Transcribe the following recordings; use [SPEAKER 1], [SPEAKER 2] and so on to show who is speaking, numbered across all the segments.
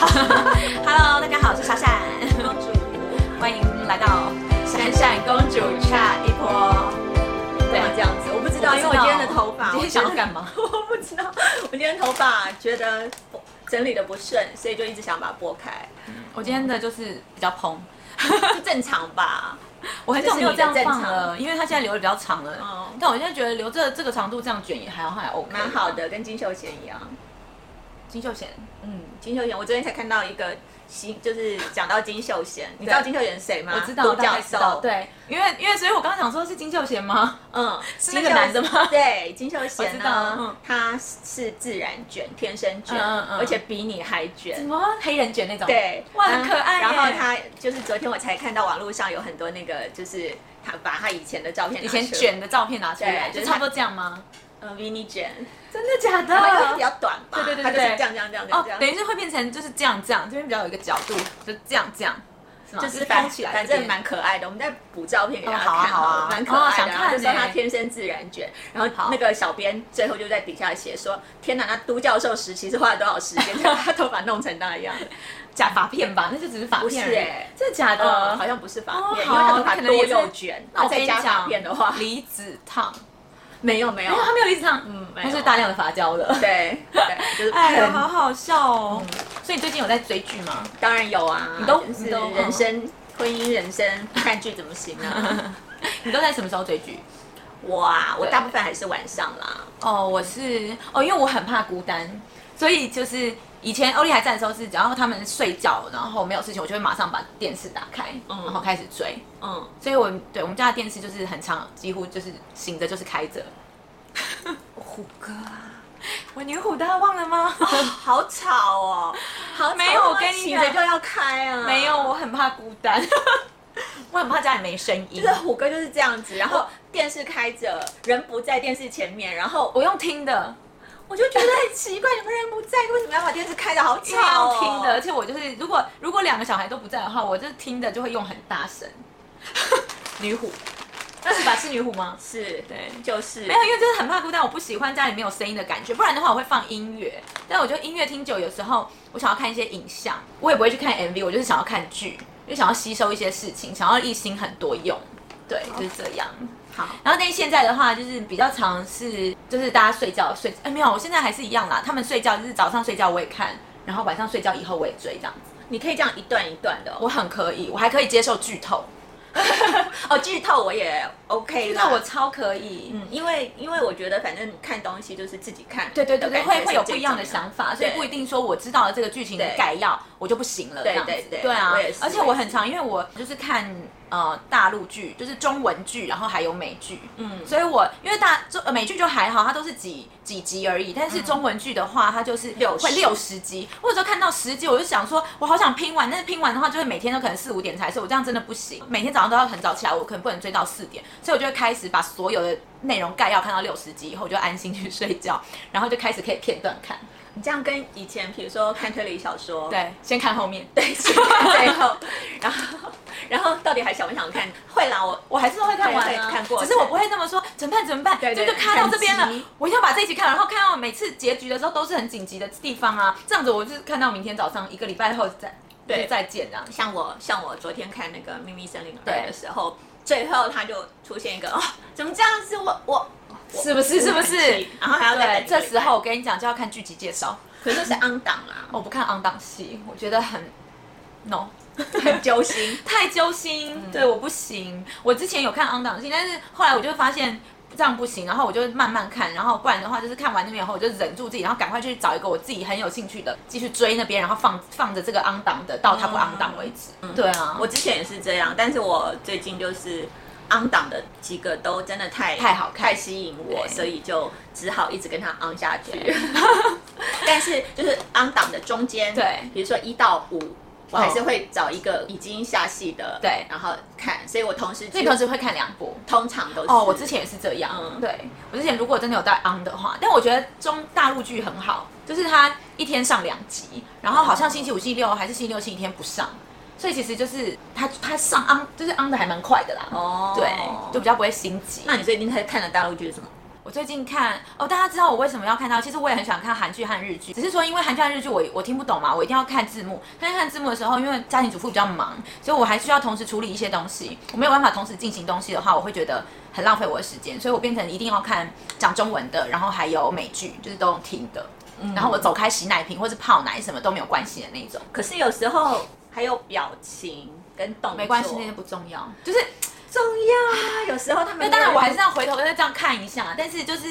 [SPEAKER 1] Hello，大家好，我是小闪，
[SPEAKER 2] 公主，
[SPEAKER 1] 欢迎来到闪闪公主 chat 一波。
[SPEAKER 2] 对，这样子，我不知
[SPEAKER 1] 啊
[SPEAKER 2] 道，因为我今天的头发，
[SPEAKER 1] 今天想要干嘛？
[SPEAKER 2] 我不知道，我今天头发觉得整理的不顺，所以就一直想把它拨开，
[SPEAKER 1] 我今天的就是比较蓬，
[SPEAKER 2] 就正常吧。
[SPEAKER 1] 我很久没有这样放
[SPEAKER 2] 这是你的正
[SPEAKER 1] 了，嗯因为它现在留的比较长了。
[SPEAKER 2] 哦
[SPEAKER 1] 但我现在觉得留这这个长度这样卷也还好，还 OK，
[SPEAKER 2] 蛮好。的，跟金秀贤一样。
[SPEAKER 1] 金秀贤，
[SPEAKER 2] 嗯，金秀贤，我昨天才看到一个新，就是讲到金秀贤，你知道金秀贤是谁吗？
[SPEAKER 1] 我知道，
[SPEAKER 2] 独
[SPEAKER 1] 大
[SPEAKER 2] 角
[SPEAKER 1] 概知道。
[SPEAKER 2] 兽。，
[SPEAKER 1] 对，因为因为所以我刚刚想说是金秀贤吗？
[SPEAKER 2] 嗯，
[SPEAKER 1] 是那个男的吗
[SPEAKER 2] 对，金秀
[SPEAKER 1] 我
[SPEAKER 2] 贤
[SPEAKER 1] 知道
[SPEAKER 2] 呢，
[SPEAKER 1] 嗯
[SPEAKER 2] 他是自然卷，天生卷，
[SPEAKER 1] 嗯嗯嗯
[SPEAKER 2] 而且比你还
[SPEAKER 1] 什
[SPEAKER 2] 卷。
[SPEAKER 1] 么黑人卷那种？
[SPEAKER 2] 对，啊
[SPEAKER 1] 哇，很可爱耶。
[SPEAKER 2] 然后他就是昨天我才看到网络上有很多那个，就是他把他以前的照片
[SPEAKER 1] 以
[SPEAKER 2] 拿出来，
[SPEAKER 1] 前卷的照片拿出来，
[SPEAKER 2] 对就
[SPEAKER 1] 就
[SPEAKER 2] 是
[SPEAKER 1] 差
[SPEAKER 2] 他
[SPEAKER 1] 不多这样吗？
[SPEAKER 2] 嗯 v i n i 卷，
[SPEAKER 1] 真的假
[SPEAKER 2] 然后因为它比
[SPEAKER 1] 的？
[SPEAKER 2] 较短吧，
[SPEAKER 1] 啊对对对
[SPEAKER 2] 他就是
[SPEAKER 1] 对
[SPEAKER 2] 这样这样这样这样
[SPEAKER 1] 哦
[SPEAKER 2] 这，样，
[SPEAKER 1] 等于是会变成就是这样这样，这边比较有一个角度，就这样这样，是吗？
[SPEAKER 2] 就是
[SPEAKER 1] 封
[SPEAKER 2] 反
[SPEAKER 1] 起来，
[SPEAKER 2] 反正蛮可爱的，我们再补照片给大家
[SPEAKER 1] 哦好啊
[SPEAKER 2] 看
[SPEAKER 1] 好啊
[SPEAKER 2] 了蛮可
[SPEAKER 1] 哦
[SPEAKER 2] 爱
[SPEAKER 1] 想
[SPEAKER 2] 的。
[SPEAKER 1] 看
[SPEAKER 2] 然后就说
[SPEAKER 1] 呢
[SPEAKER 2] 他天生自然卷，然
[SPEAKER 1] 好
[SPEAKER 2] 后那个小编最后就在底下写说：“天哪，那都教授时期是花了多少时 间才把他头发弄成那样
[SPEAKER 1] 假发片吧？那就只是发
[SPEAKER 2] 不是
[SPEAKER 1] 片而已，
[SPEAKER 2] 欸
[SPEAKER 1] 真的？”假
[SPEAKER 2] 呃，
[SPEAKER 1] 的
[SPEAKER 2] 好？像不是发
[SPEAKER 1] 哦
[SPEAKER 2] 片，因
[SPEAKER 1] 好
[SPEAKER 2] 为他头发
[SPEAKER 1] 可能
[SPEAKER 2] 多
[SPEAKER 1] 也是
[SPEAKER 2] 又卷，
[SPEAKER 1] 那我
[SPEAKER 2] 再
[SPEAKER 1] 跟你
[SPEAKER 2] 加发
[SPEAKER 1] 讲
[SPEAKER 2] 片的话，
[SPEAKER 1] 离子烫，
[SPEAKER 2] 没有没有
[SPEAKER 1] 因为，它没有离子烫， 嗯，
[SPEAKER 2] 没
[SPEAKER 1] 它
[SPEAKER 2] 有
[SPEAKER 1] 是大量的发胶的。
[SPEAKER 2] 对对，就是
[SPEAKER 1] 哎 呀，
[SPEAKER 2] 喷
[SPEAKER 1] 好好笑哦！所以你最近有在追剧吗？
[SPEAKER 2] 当然有啊，
[SPEAKER 1] 你都
[SPEAKER 2] 就是
[SPEAKER 1] 你都嗯
[SPEAKER 2] 人生、婚姻、人生看剧怎么行 呢？
[SPEAKER 1] 你都在什么时候追剧？
[SPEAKER 2] 我啊，我
[SPEAKER 1] 对
[SPEAKER 2] 大部分还是晚上啦。
[SPEAKER 1] 哦，我是哦，因为我很怕孤单，所以就是以前欧丽还在的时候是，只要他们睡觉，然后没有事情，我就会马上把电视打开，
[SPEAKER 2] 嗯
[SPEAKER 1] 然后开始追。
[SPEAKER 2] 嗯，
[SPEAKER 1] 所以我对我们家的电视就是很长，几乎就是醒着就是开着。
[SPEAKER 2] 虎哥啊，
[SPEAKER 1] 我女虎大家忘了吗？
[SPEAKER 2] 好吵哦，好吵
[SPEAKER 1] 没有我跟你
[SPEAKER 2] 醒
[SPEAKER 1] 讲
[SPEAKER 2] 着就要开啊，
[SPEAKER 1] 没有，我很怕孤单， 我很怕家里没声
[SPEAKER 2] 这。
[SPEAKER 1] 音
[SPEAKER 2] 个虎哥就是这样子，然后
[SPEAKER 1] 我
[SPEAKER 2] 电视开着，人不在电视前面，然后
[SPEAKER 1] 我用听的，
[SPEAKER 2] 我就觉得很奇怪，你们人不在，为什么要把电视开的好
[SPEAKER 1] 因
[SPEAKER 2] 吵
[SPEAKER 1] 为
[SPEAKER 2] 哦、
[SPEAKER 1] 要听的，而且我就是如果如果两个小孩都不在的话，我就是听的就会用很大声。 女虎，那是吧？是女虎吗？
[SPEAKER 2] 是，
[SPEAKER 1] 对
[SPEAKER 2] 就是
[SPEAKER 1] 没有，因为真的很怕孤单，我不喜欢家里没有声音的感觉。不然的话，我会放音乐。但我觉得音乐听久，有时候我想要看一些影像，我也不会去看 MV，我就是想要看剧，就想要吸收一些事情，想要一心很多用。对，就是这样。
[SPEAKER 2] 好，
[SPEAKER 1] 然后但是现在的话，就是比较常是就是大家睡觉睡，哎没有，我现在还是一样啦。他们睡觉就是早上睡觉我也看，然后晚上睡觉以后我也追这样子。
[SPEAKER 2] 你可以这样一段一段的、哦。
[SPEAKER 1] 我很可以，我还可以接受剧透，
[SPEAKER 2] 哦，剧透我也 OK
[SPEAKER 1] 剧
[SPEAKER 2] 啦
[SPEAKER 1] 透我超可以。
[SPEAKER 2] 嗯，因为因为我觉得反正看东西就是自己看，
[SPEAKER 1] 对对对对，
[SPEAKER 2] 的感
[SPEAKER 1] 会
[SPEAKER 2] 觉
[SPEAKER 1] 会有
[SPEAKER 2] 是
[SPEAKER 1] 不
[SPEAKER 2] 最
[SPEAKER 1] 一样的
[SPEAKER 2] 重要
[SPEAKER 1] 想法，所以
[SPEAKER 2] 对
[SPEAKER 1] 不一定说我知道了这个剧情的
[SPEAKER 2] 对
[SPEAKER 1] 概要，我就不行了这
[SPEAKER 2] 对
[SPEAKER 1] 样子
[SPEAKER 2] 对。对
[SPEAKER 1] 对啊
[SPEAKER 2] 我也，是
[SPEAKER 1] 而且我很常，因为我就是看呃大陆剧，就是中文剧，然后还有美剧，
[SPEAKER 2] 嗯，
[SPEAKER 1] 所以我因为大中呃美剧就还好，它都是几几集而已，但是中文剧的话，它就是
[SPEAKER 2] 60
[SPEAKER 1] 会嗯六十集，我有时候看到十集，我就想说，我好想拼完，但是拼完的话，就会每天都可能四五点才睡，我这样真的不行，每天早上都要很早起来，我可能不能追到四点，所以我就会开始把所有的内容概要看到六十集以后，我就安心去睡觉，然后就开始可以片段看，
[SPEAKER 2] 你这样跟以前比如说看推理小说，
[SPEAKER 1] 对，先看后面，
[SPEAKER 2] 对，先看最后， 然后然后到底还想不想看？会啦，我
[SPEAKER 1] 我还是会看完、啊，
[SPEAKER 2] 对看过
[SPEAKER 1] 只是我不会那么说怎么办怎么办，
[SPEAKER 2] 对对
[SPEAKER 1] 这就卡到这边了
[SPEAKER 2] 很急，
[SPEAKER 1] 我一定要把这一集看完，然后看到每次结局的时候都是很紧急的地方啊，这样子我就是看到明天早上一个礼拜后再
[SPEAKER 2] 对
[SPEAKER 1] 就是再见这样。
[SPEAKER 2] 像我像我昨天看那个《秘密森林二
[SPEAKER 1] 对》
[SPEAKER 2] 的时候，最后他就出现一个哦，怎么这样子？我我我
[SPEAKER 1] 是不是
[SPEAKER 2] 我
[SPEAKER 1] 是不
[SPEAKER 2] 很
[SPEAKER 1] 是
[SPEAKER 2] 气然后还要再
[SPEAKER 1] 对，
[SPEAKER 2] 等
[SPEAKER 1] 这
[SPEAKER 2] 一个
[SPEAKER 1] 时
[SPEAKER 2] 礼拜
[SPEAKER 1] 候，我跟你讲就要看剧集介绍，
[SPEAKER 2] 可是是 on 档啦，
[SPEAKER 1] 我不看昂档戏，我觉得很 no。
[SPEAKER 2] 很揪心。
[SPEAKER 1] 太揪心，对，我不行。我之前有看 on 档戏，但是后来我就发现这样不行，然后我就慢慢看，然后不然的话就是看完那边以后，我就忍住自己，然后赶快去找一个我自己很有兴趣的，继续追那边，然后放放着这个 on 档的到它不 on 档为止。对啊，
[SPEAKER 2] 我之前也是这样，但是我最近就是。昂档的几个都真的太
[SPEAKER 1] 太好看
[SPEAKER 2] 太吸引我，
[SPEAKER 1] 对
[SPEAKER 2] 所以就只好一直跟它昂下去。 但是就是昂档的中间，
[SPEAKER 1] 对
[SPEAKER 2] 比如说一到五，我还是会找一个已经下戏的，
[SPEAKER 1] 对
[SPEAKER 2] 然后看。所以我同时
[SPEAKER 1] 所以你都是会看两部。
[SPEAKER 2] 通常都是
[SPEAKER 1] 哦，我之前也是这样。
[SPEAKER 2] 嗯
[SPEAKER 1] 对我之前如果真的有带 on 的话，但我觉得中大陆剧很好，就是它一天上两集，然后好像星期五、星期六还是星期六、星期天不上，所以其实就是它它上 on 就是 on 的还蛮快的啦。
[SPEAKER 2] 哦
[SPEAKER 1] 对，就比较不会心急。
[SPEAKER 2] 那你最近在看的大陆剧是什么？
[SPEAKER 1] 我我最近看哦，大家知道我为什么要看到？其实我也很喜欢看韩剧和日剧，只是说因为韩剧和日剧我我听不懂嘛，我一定要看字幕。但是看字幕的时候，因为家庭主妇比较忙，所以我还需要同时处理一些东西。我没有办法同时进行东西的话，我会觉得很浪费我的时间，所以我变成一定要看讲中文的，然后还有美剧，就是都用听的。嗯然后我走开洗奶瓶或是泡奶什么都没有关系的那种，
[SPEAKER 2] 可是有时候还有表情跟动作，
[SPEAKER 1] 没关系，那些不重要。就是
[SPEAKER 2] 重要啊。有时候他
[SPEAKER 1] 那
[SPEAKER 2] 们
[SPEAKER 1] 当然我还是要回头再这样看一下，但是就是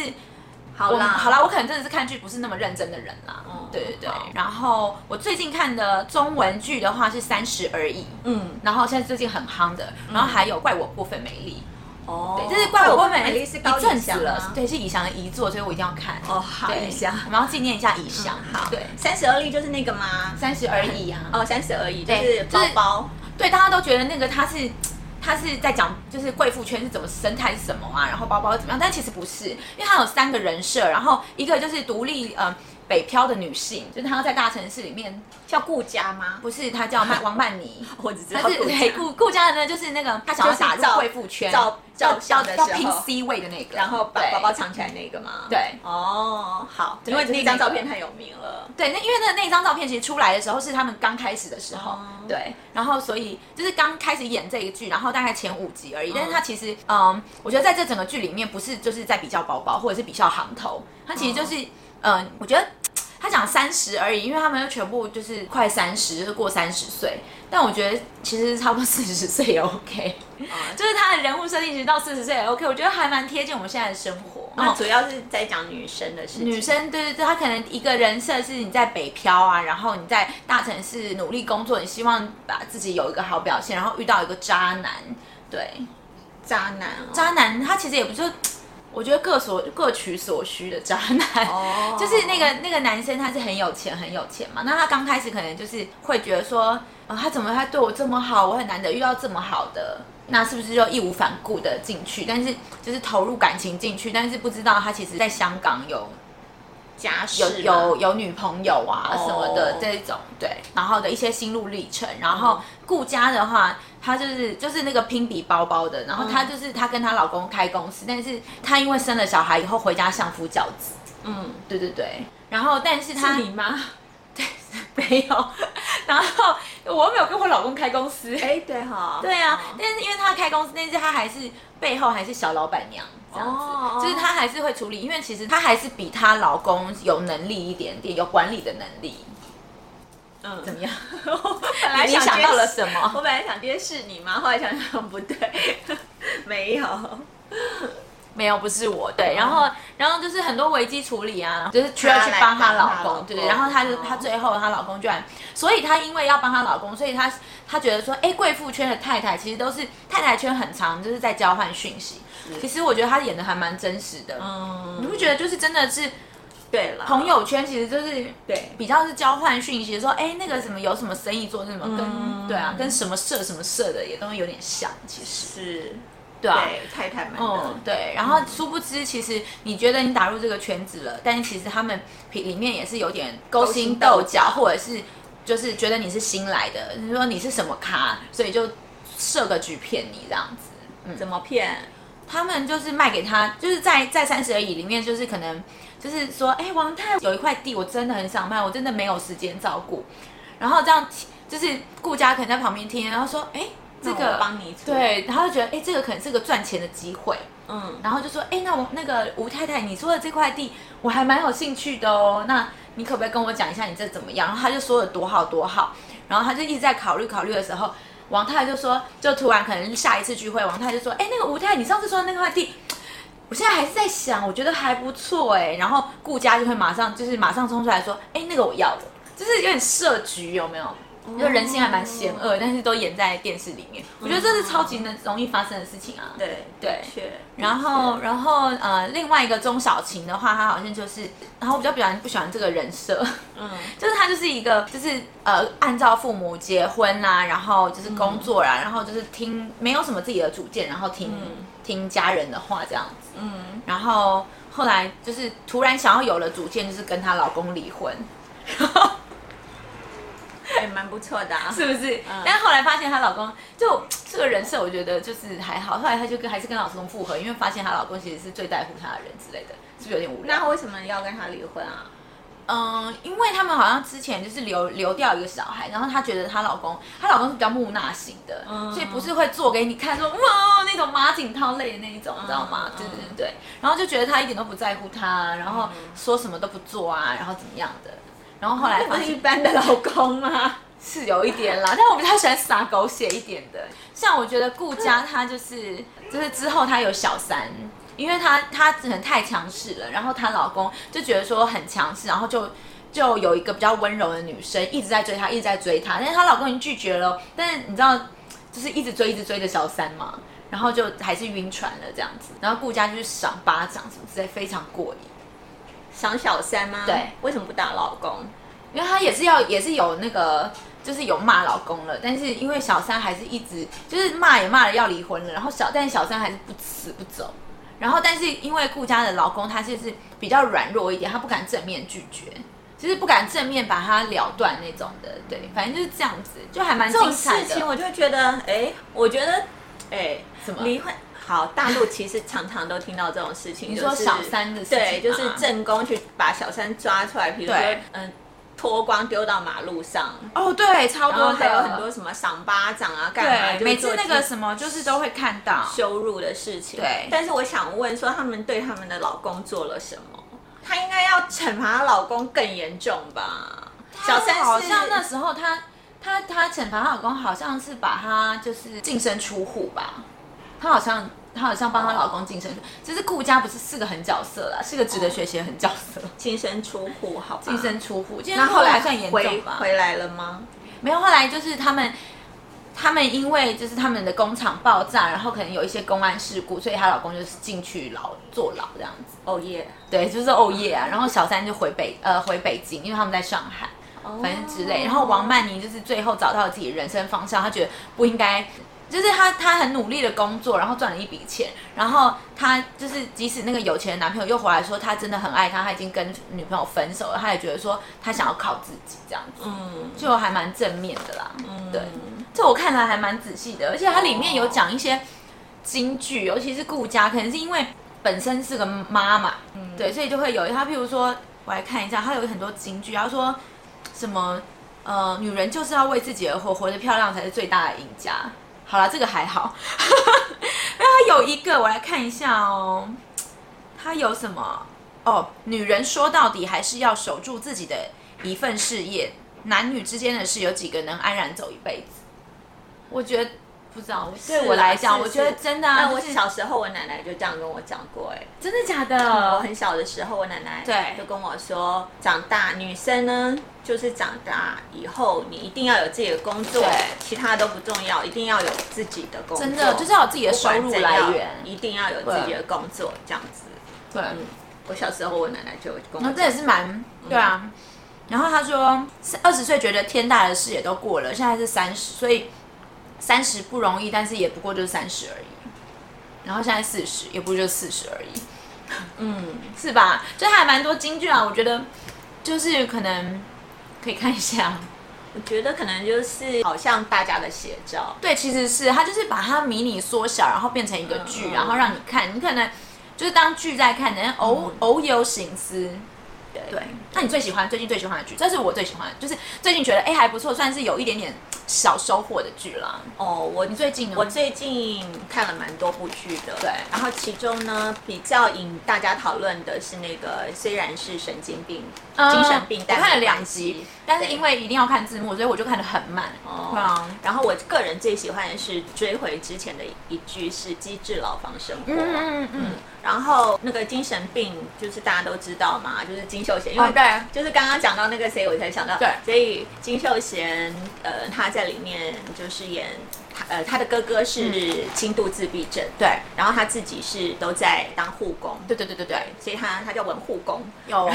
[SPEAKER 2] 好
[SPEAKER 1] 我
[SPEAKER 2] 啦
[SPEAKER 1] 好啦，我可能真的是看剧不是那么认真的人啦。
[SPEAKER 2] 嗯
[SPEAKER 1] 对对对
[SPEAKER 2] 好。
[SPEAKER 1] 然后我最近看的中文剧的话是《三十而已》，
[SPEAKER 2] 嗯
[SPEAKER 1] 然后现在最近很夯的，然后还有《怪我过分美丽》，
[SPEAKER 2] 哦
[SPEAKER 1] 对，这是《怪我过分美
[SPEAKER 2] 美
[SPEAKER 1] 丽
[SPEAKER 2] 丽》是高
[SPEAKER 1] 一阵
[SPEAKER 2] 以
[SPEAKER 1] 子
[SPEAKER 2] 翔
[SPEAKER 1] 了
[SPEAKER 2] 啊，。
[SPEAKER 1] 对，是以翔的遗作，所以我一定要看。
[SPEAKER 2] 哦好
[SPEAKER 1] 对
[SPEAKER 2] 以翔嗯
[SPEAKER 1] 我们要纪念一下以翔。
[SPEAKER 2] 好，
[SPEAKER 1] 对，
[SPEAKER 2] 三十而立就是那个吗？
[SPEAKER 1] 三十而已啊。
[SPEAKER 2] 哦，三十而已，就
[SPEAKER 1] 对
[SPEAKER 2] 是
[SPEAKER 1] 就
[SPEAKER 2] 包
[SPEAKER 1] 是
[SPEAKER 2] 包。
[SPEAKER 1] 对，大家都觉得那个他是。他是在讲就是贵妇圈是怎么生态是什么啊，然后包包是怎么样，但其实不是，因为他有三个人设，然后一个就是独立呃北漂的女性，就是她要在大城市里面，
[SPEAKER 2] 叫顾家吗？
[SPEAKER 1] 不是 她叫曼王曼妮，
[SPEAKER 2] 我只知
[SPEAKER 1] 她
[SPEAKER 2] 道
[SPEAKER 1] 是对
[SPEAKER 2] 顾
[SPEAKER 1] 顾顾家的呢，就是那个她想要
[SPEAKER 2] 就是
[SPEAKER 1] 打入
[SPEAKER 2] 照
[SPEAKER 1] 贵妇圈，
[SPEAKER 2] 照
[SPEAKER 1] 要
[SPEAKER 2] 照相的
[SPEAKER 1] 要
[SPEAKER 2] 时
[SPEAKER 1] 要拼
[SPEAKER 2] 候
[SPEAKER 1] C 位的那个，
[SPEAKER 2] 然后把
[SPEAKER 1] 对
[SPEAKER 2] 包包藏起来那个吗？
[SPEAKER 1] 对
[SPEAKER 2] 哦，好，
[SPEAKER 1] 对
[SPEAKER 2] 因为
[SPEAKER 1] 就是
[SPEAKER 2] 那张
[SPEAKER 1] 那个
[SPEAKER 2] 照片太有名了。
[SPEAKER 1] 对，那因为那那张照片其实出来的时候是他们刚开始的时候，
[SPEAKER 2] 哦
[SPEAKER 1] 对，然后所以就是刚开始演这一剧，然后大概前五集而已。但是他其实，嗯，我觉得在这整个剧里面，不是就是在比较包包或者是比较行头，他其实就是，嗯、我觉得。他讲三十而已，因为他们就全部就是快三十，就是过三十岁。但我觉得其实差不多 四十岁也 OK，
[SPEAKER 2] 哦
[SPEAKER 1] 就是他的人物设定其实到四十岁也 OK，我觉得还蛮贴近我们现在的生活。
[SPEAKER 2] 那主要是在讲女生的事情。
[SPEAKER 1] 女生对对对，她可能一个人设是你在北漂啊，然后你在大城市努力工作，你希望把自己有一个好表现，然后遇到一个渣男，对，
[SPEAKER 2] 渣男哦，
[SPEAKER 1] 渣男他其实也不是，我觉得各所各取所需的渣男。
[SPEAKER 2] 哦
[SPEAKER 1] 就是那个那个男生，他是很有钱，很有钱嘛。那他刚开始可能就是会觉得说，呃、他怎么他对我这么好，我很难得遇到这么好的，那是不是就义无反顾的进去？但是就是投入感情进去，但是不知道他其实在香港有
[SPEAKER 2] 家事
[SPEAKER 1] 有
[SPEAKER 2] 吗
[SPEAKER 1] 有有女朋友啊
[SPEAKER 2] 哦嗯
[SPEAKER 1] 什么的这种，对，然后的一些心路历程。然后顾佳的话，她就是就是那个拼比包包的，然后她就是她跟她老公开公司，但是她因为生了小孩以后回家相夫教子，
[SPEAKER 2] 嗯，
[SPEAKER 1] 对对对。然后但是她
[SPEAKER 2] 是 你吗？
[SPEAKER 1] 没有，然后我又没有跟我老公开公司，
[SPEAKER 2] 哎，对哈，
[SPEAKER 1] 对啊，
[SPEAKER 2] 哦
[SPEAKER 1] 但是因为她开公司，但是她还是背后还是小老板娘这样子，
[SPEAKER 2] 哦
[SPEAKER 1] 就是她还是会处理，因为其实她还是比她老公有能力一点点，有管理的能力。
[SPEAKER 2] 嗯，
[SPEAKER 1] 怎么 样？
[SPEAKER 2] 本来
[SPEAKER 1] 你
[SPEAKER 2] 想
[SPEAKER 1] 想
[SPEAKER 2] 接
[SPEAKER 1] 到了
[SPEAKER 2] 是
[SPEAKER 1] 什么
[SPEAKER 2] 我本来想今天是你吗？后来想想不对， 没有。
[SPEAKER 1] 没有，不是我。对，然后，然后就是很多危机处理啊，就是需要去
[SPEAKER 2] 她来
[SPEAKER 1] 帮她
[SPEAKER 2] 帮
[SPEAKER 1] 老
[SPEAKER 2] 她老
[SPEAKER 1] 公，对对。
[SPEAKER 2] 公
[SPEAKER 1] 然后她就
[SPEAKER 2] 哦
[SPEAKER 1] 她最后她老公居然，所以她因为要帮她老公，所以她她觉得说，哎，贵妇圈的太太其实都是太太圈很长，就是在交换讯息。其实我觉得她演的还蛮真实的，你
[SPEAKER 2] 嗯，
[SPEAKER 1] 不觉得就是真的是
[SPEAKER 2] 对了，
[SPEAKER 1] 朋友圈其实就是
[SPEAKER 2] 对
[SPEAKER 1] 比较是交换讯息，说哎那个什么有什么生意做，那什么跟、
[SPEAKER 2] 嗯
[SPEAKER 1] 对啊，跟什么社什么社的也都有点像，其实
[SPEAKER 2] 是，
[SPEAKER 1] 对啊。
[SPEAKER 2] 对，太太们的
[SPEAKER 1] 嗯，对，然后殊不知，其实你觉得你打入这个圈子了，但是其实他们里面也是有点勾心斗角，或者是就是觉得你是新来的，你说你是什么咖，所以就设个局骗你这样子。嗯，
[SPEAKER 2] 怎么骗？
[SPEAKER 1] 他们就是卖给他，就是在在三十而已里面，就是可能就是说，哎、王太有一块地，我真的很想卖，我真的没有时间照顾。然后这样就是顾家可能在旁边听，然后说，哎、这
[SPEAKER 2] 那我
[SPEAKER 1] 个
[SPEAKER 2] 帮你出，
[SPEAKER 1] 对，他就觉得，哎、这个可能是个赚钱的机会。
[SPEAKER 2] 嗯，
[SPEAKER 1] 然后就说，哎、那我那个吴太太，你说的这块地，我还蛮有兴趣的哦。那你可不可以跟我讲一下你这怎么样？然后他就说的多好多好，然后他就一直在考虑考虑的时候，王太太就说，就突然可能下一次聚会，王太太就说，哎、那个吴太太，你上次说的那块地。我现在还是在想，我觉得还不错哎、然后顾家就会马上就是马上冲出来说，哎、那个我要了，就是有点设局有没有？就人性还蛮险恶，但是都演在电视里面，我觉得这是超级能容易发生的事情啊。
[SPEAKER 2] 对
[SPEAKER 1] 对
[SPEAKER 2] 的确，
[SPEAKER 1] 然
[SPEAKER 2] 啊
[SPEAKER 1] 后，然后呃，另外一个钟小琴的话，她好像就是，然后我比较比较不喜欢这个人设，
[SPEAKER 2] 嗯，
[SPEAKER 1] 就是她就是一个就是呃，按照父母结婚啦、然后就是工作啦、然后就是听没有什么自己的主见，然后听、
[SPEAKER 2] 嗯
[SPEAKER 1] 听家人的话这样子，
[SPEAKER 2] 嗯，
[SPEAKER 1] 然后后来就是突然想要有了主见，就是跟她老公离婚，
[SPEAKER 2] 也蛮不错的啊。
[SPEAKER 1] 是不是？
[SPEAKER 2] 嗯
[SPEAKER 1] 但后来发现她老公就这个人设我觉得就是还好。后来她就跟还是跟老公复合，因为发现她老公其实是最在乎她的人之类的，是不是有点无聊？
[SPEAKER 2] 那为什么要跟他离婚啊？
[SPEAKER 1] 嗯，因为他们好像之前就是留留掉一个小孩，然后她觉得她老公，她老公是比较木讷型的，
[SPEAKER 2] 嗯
[SPEAKER 1] 所以不是会做给你看说哇那种马景涛类的那一种，你知道
[SPEAKER 2] 嗯
[SPEAKER 1] 吗？对对对对，然后就觉得他一点都不在乎她，然后说什么都不做啊，然后怎么样的，然后后
[SPEAKER 2] 嗯
[SPEAKER 1] 来
[SPEAKER 2] 那
[SPEAKER 1] 发
[SPEAKER 2] 不是
[SPEAKER 1] 现
[SPEAKER 2] 一般的老公吗？
[SPEAKER 1] 是有一点啦，但我比较喜欢撒狗血一点的。像我觉得顾佳她就是，就是之后她有小三，因为她她可能太强势了，然后她老公就觉得说很强势，然后就就有一个比较温柔的女生一直在追她，一直在追她，但是她老公已经拒绝了，但是你知道就是一直追一直追的小三嘛，然后就还是晕船了这样子，然后顾佳就是赏巴掌什么之类，非常过瘾。
[SPEAKER 2] 想 小三吗？
[SPEAKER 1] 对，
[SPEAKER 2] 为什么不打老公？
[SPEAKER 1] 因为她也是要也是有那个，就是有骂老公了，但是因为小三还是一直就是骂也骂了要离婚了，然后小但是小三还是不死不走，然后但是因为顾家的老公他就是比较软弱一点，他不敢正面拒绝。就是不敢正面把他了断那种的，对，反正就是这样子，就还蛮
[SPEAKER 2] 这种
[SPEAKER 1] 精彩
[SPEAKER 2] 事
[SPEAKER 1] 的。
[SPEAKER 2] 情我就觉得，哎，我觉得，哎，
[SPEAKER 1] 什么
[SPEAKER 2] 离婚？好，大陆其实常常都听到这种事情。
[SPEAKER 1] 你
[SPEAKER 2] 就是
[SPEAKER 1] 说小三的事
[SPEAKER 2] 对，
[SPEAKER 1] 情
[SPEAKER 2] 就是
[SPEAKER 1] 吗
[SPEAKER 2] 正宫去把小三抓出来，比如说
[SPEAKER 1] 对，
[SPEAKER 2] 嗯，脱光丢到马路上，
[SPEAKER 1] 哦，对，超
[SPEAKER 2] 然
[SPEAKER 1] 多
[SPEAKER 2] 后
[SPEAKER 1] 的，
[SPEAKER 2] 还有很多什么赏巴掌啊，干嘛？
[SPEAKER 1] 对，
[SPEAKER 2] 就是
[SPEAKER 1] 每次
[SPEAKER 2] 做
[SPEAKER 1] 那个什么就是都会看到，
[SPEAKER 2] 羞辱的事情。
[SPEAKER 1] 对
[SPEAKER 2] 但是我想问说，他们对他们的老公做了什么？她应该要惩罚她老公更严重吧？小三是
[SPEAKER 1] 好像那时候她她她惩罚她老公，好像是把她就是净身出户吧，她好像。她好像帮她老公净身出，就是顾家不是是个狠角色啦，是个值得学习的狠角色，
[SPEAKER 2] 净身出户，好吧？
[SPEAKER 1] 净身出户。
[SPEAKER 2] 那
[SPEAKER 1] 然
[SPEAKER 2] 后来
[SPEAKER 1] 还算严
[SPEAKER 2] 回
[SPEAKER 1] 重吧？
[SPEAKER 2] 回来了吗？
[SPEAKER 1] 没有，后来就是他们，他们因为就是他们的工厂爆炸，然后可能有一些公安事故，所以她老公就是进去牢坐牢这样子。
[SPEAKER 2] 哦耶，
[SPEAKER 1] 对，就是哦耶啊，然后小三就回北呃回北京，因为他们在上海。反正之类。然后王曼妮就是最后找到了自己人生方向，她觉得不应该，就是她她很努力的工作，然后赚了一笔钱，然后她就是即使那个有钱的男朋友又回来说他真的很爱她，他已经跟女朋友分手了，他也觉得说他想要靠自己这样子，
[SPEAKER 2] 嗯
[SPEAKER 1] 就还蛮正面的啦。
[SPEAKER 2] 嗯
[SPEAKER 1] 对，这我看来还蛮仔细的，而且它里面有讲一些京剧，尤其是顾家，可能是因为本身是个妈妈，对，所以就会有他，譬如说，我来看一下，他有很多京剧，他说什么呃，女人就是要为自己而活，活得漂亮才是最大的赢家。好啦，这个还好。 那它有一个，我来看一下哦，它有什么？哦，女人说到底还是要守住自己的一份事业，男女之间的事有几个能安然走一辈子？我觉得不知道，
[SPEAKER 2] 是啊
[SPEAKER 1] 对我来讲，
[SPEAKER 2] 是
[SPEAKER 1] 我
[SPEAKER 2] 是
[SPEAKER 1] 觉得真的啊，
[SPEAKER 2] 那我
[SPEAKER 1] 就是
[SPEAKER 2] 小时候，我奶奶就这样跟我讲过、哎。
[SPEAKER 1] 真的假
[SPEAKER 2] 我
[SPEAKER 1] 的？
[SPEAKER 2] 很小的时候，我奶奶
[SPEAKER 1] 对
[SPEAKER 2] 就跟我说，长大女生呢，就是长大以后你一定要有自己的工作
[SPEAKER 1] 对，
[SPEAKER 2] 其他都不重要，一定要有自己的工作，
[SPEAKER 1] 真的就是要有自己的收入来
[SPEAKER 2] 不管怎
[SPEAKER 1] 源
[SPEAKER 2] 样一定要有自己的工作，这样子。
[SPEAKER 1] 对，
[SPEAKER 2] 嗯，我小时候我奶奶就跟
[SPEAKER 1] 然
[SPEAKER 2] 我
[SPEAKER 1] 嗯后这也
[SPEAKER 2] 讲，
[SPEAKER 1] 是蛮对啊。然后他说，二十岁觉得天大的事也都过了，现在是三十，所以三十不容易，但是也不过就是三十而已。然后现在四十，也不过就四十而已，
[SPEAKER 2] 嗯，
[SPEAKER 1] 是吧？就还蛮多金句啊，我觉得就是可能可以看一下。
[SPEAKER 2] 我觉得可能就是好像大家的写照，
[SPEAKER 1] 对，其实是他就是把它迷你缩小，然后变成一个剧，
[SPEAKER 2] 嗯嗯
[SPEAKER 1] 然后让你看，你可能就是当剧在看，然后偶、偶有醒思。
[SPEAKER 2] 对
[SPEAKER 1] 对，那你最喜欢最近最喜欢的剧？这是我最喜欢的，就是最近觉得哎、还不错，算是有一点点小收获的剧啦。
[SPEAKER 2] 哦，我
[SPEAKER 1] 你最近呢
[SPEAKER 2] 我最近看了蛮多部剧的，
[SPEAKER 1] 对
[SPEAKER 2] 然后其中呢，比较引大家讨论的是那个，虽然是神经病、
[SPEAKER 1] 嗯
[SPEAKER 2] 精神病，
[SPEAKER 1] 我
[SPEAKER 2] 但没
[SPEAKER 1] 看了两
[SPEAKER 2] 关系
[SPEAKER 1] 集，但是因为一定要看字幕，所以我就看得很慢。
[SPEAKER 2] 哦
[SPEAKER 1] 对啊，
[SPEAKER 2] 然后我个人最喜欢的是追回之前的一句是“机智牢房生活”。
[SPEAKER 1] 嗯嗯嗯，
[SPEAKER 2] 然后那个精神病就是大家都知道嘛，就是金秀贤，因
[SPEAKER 1] 哦
[SPEAKER 2] 为
[SPEAKER 1] 对
[SPEAKER 2] 就是刚刚讲到那个谁，我才想到，
[SPEAKER 1] 对
[SPEAKER 2] 所以金秀贤呃他在里面就是演他呃他的哥哥是轻度自闭症，
[SPEAKER 1] 对
[SPEAKER 2] 然后他自己是都在当护工，
[SPEAKER 1] 对对对对对，
[SPEAKER 2] 所以他他叫文护工。
[SPEAKER 1] 有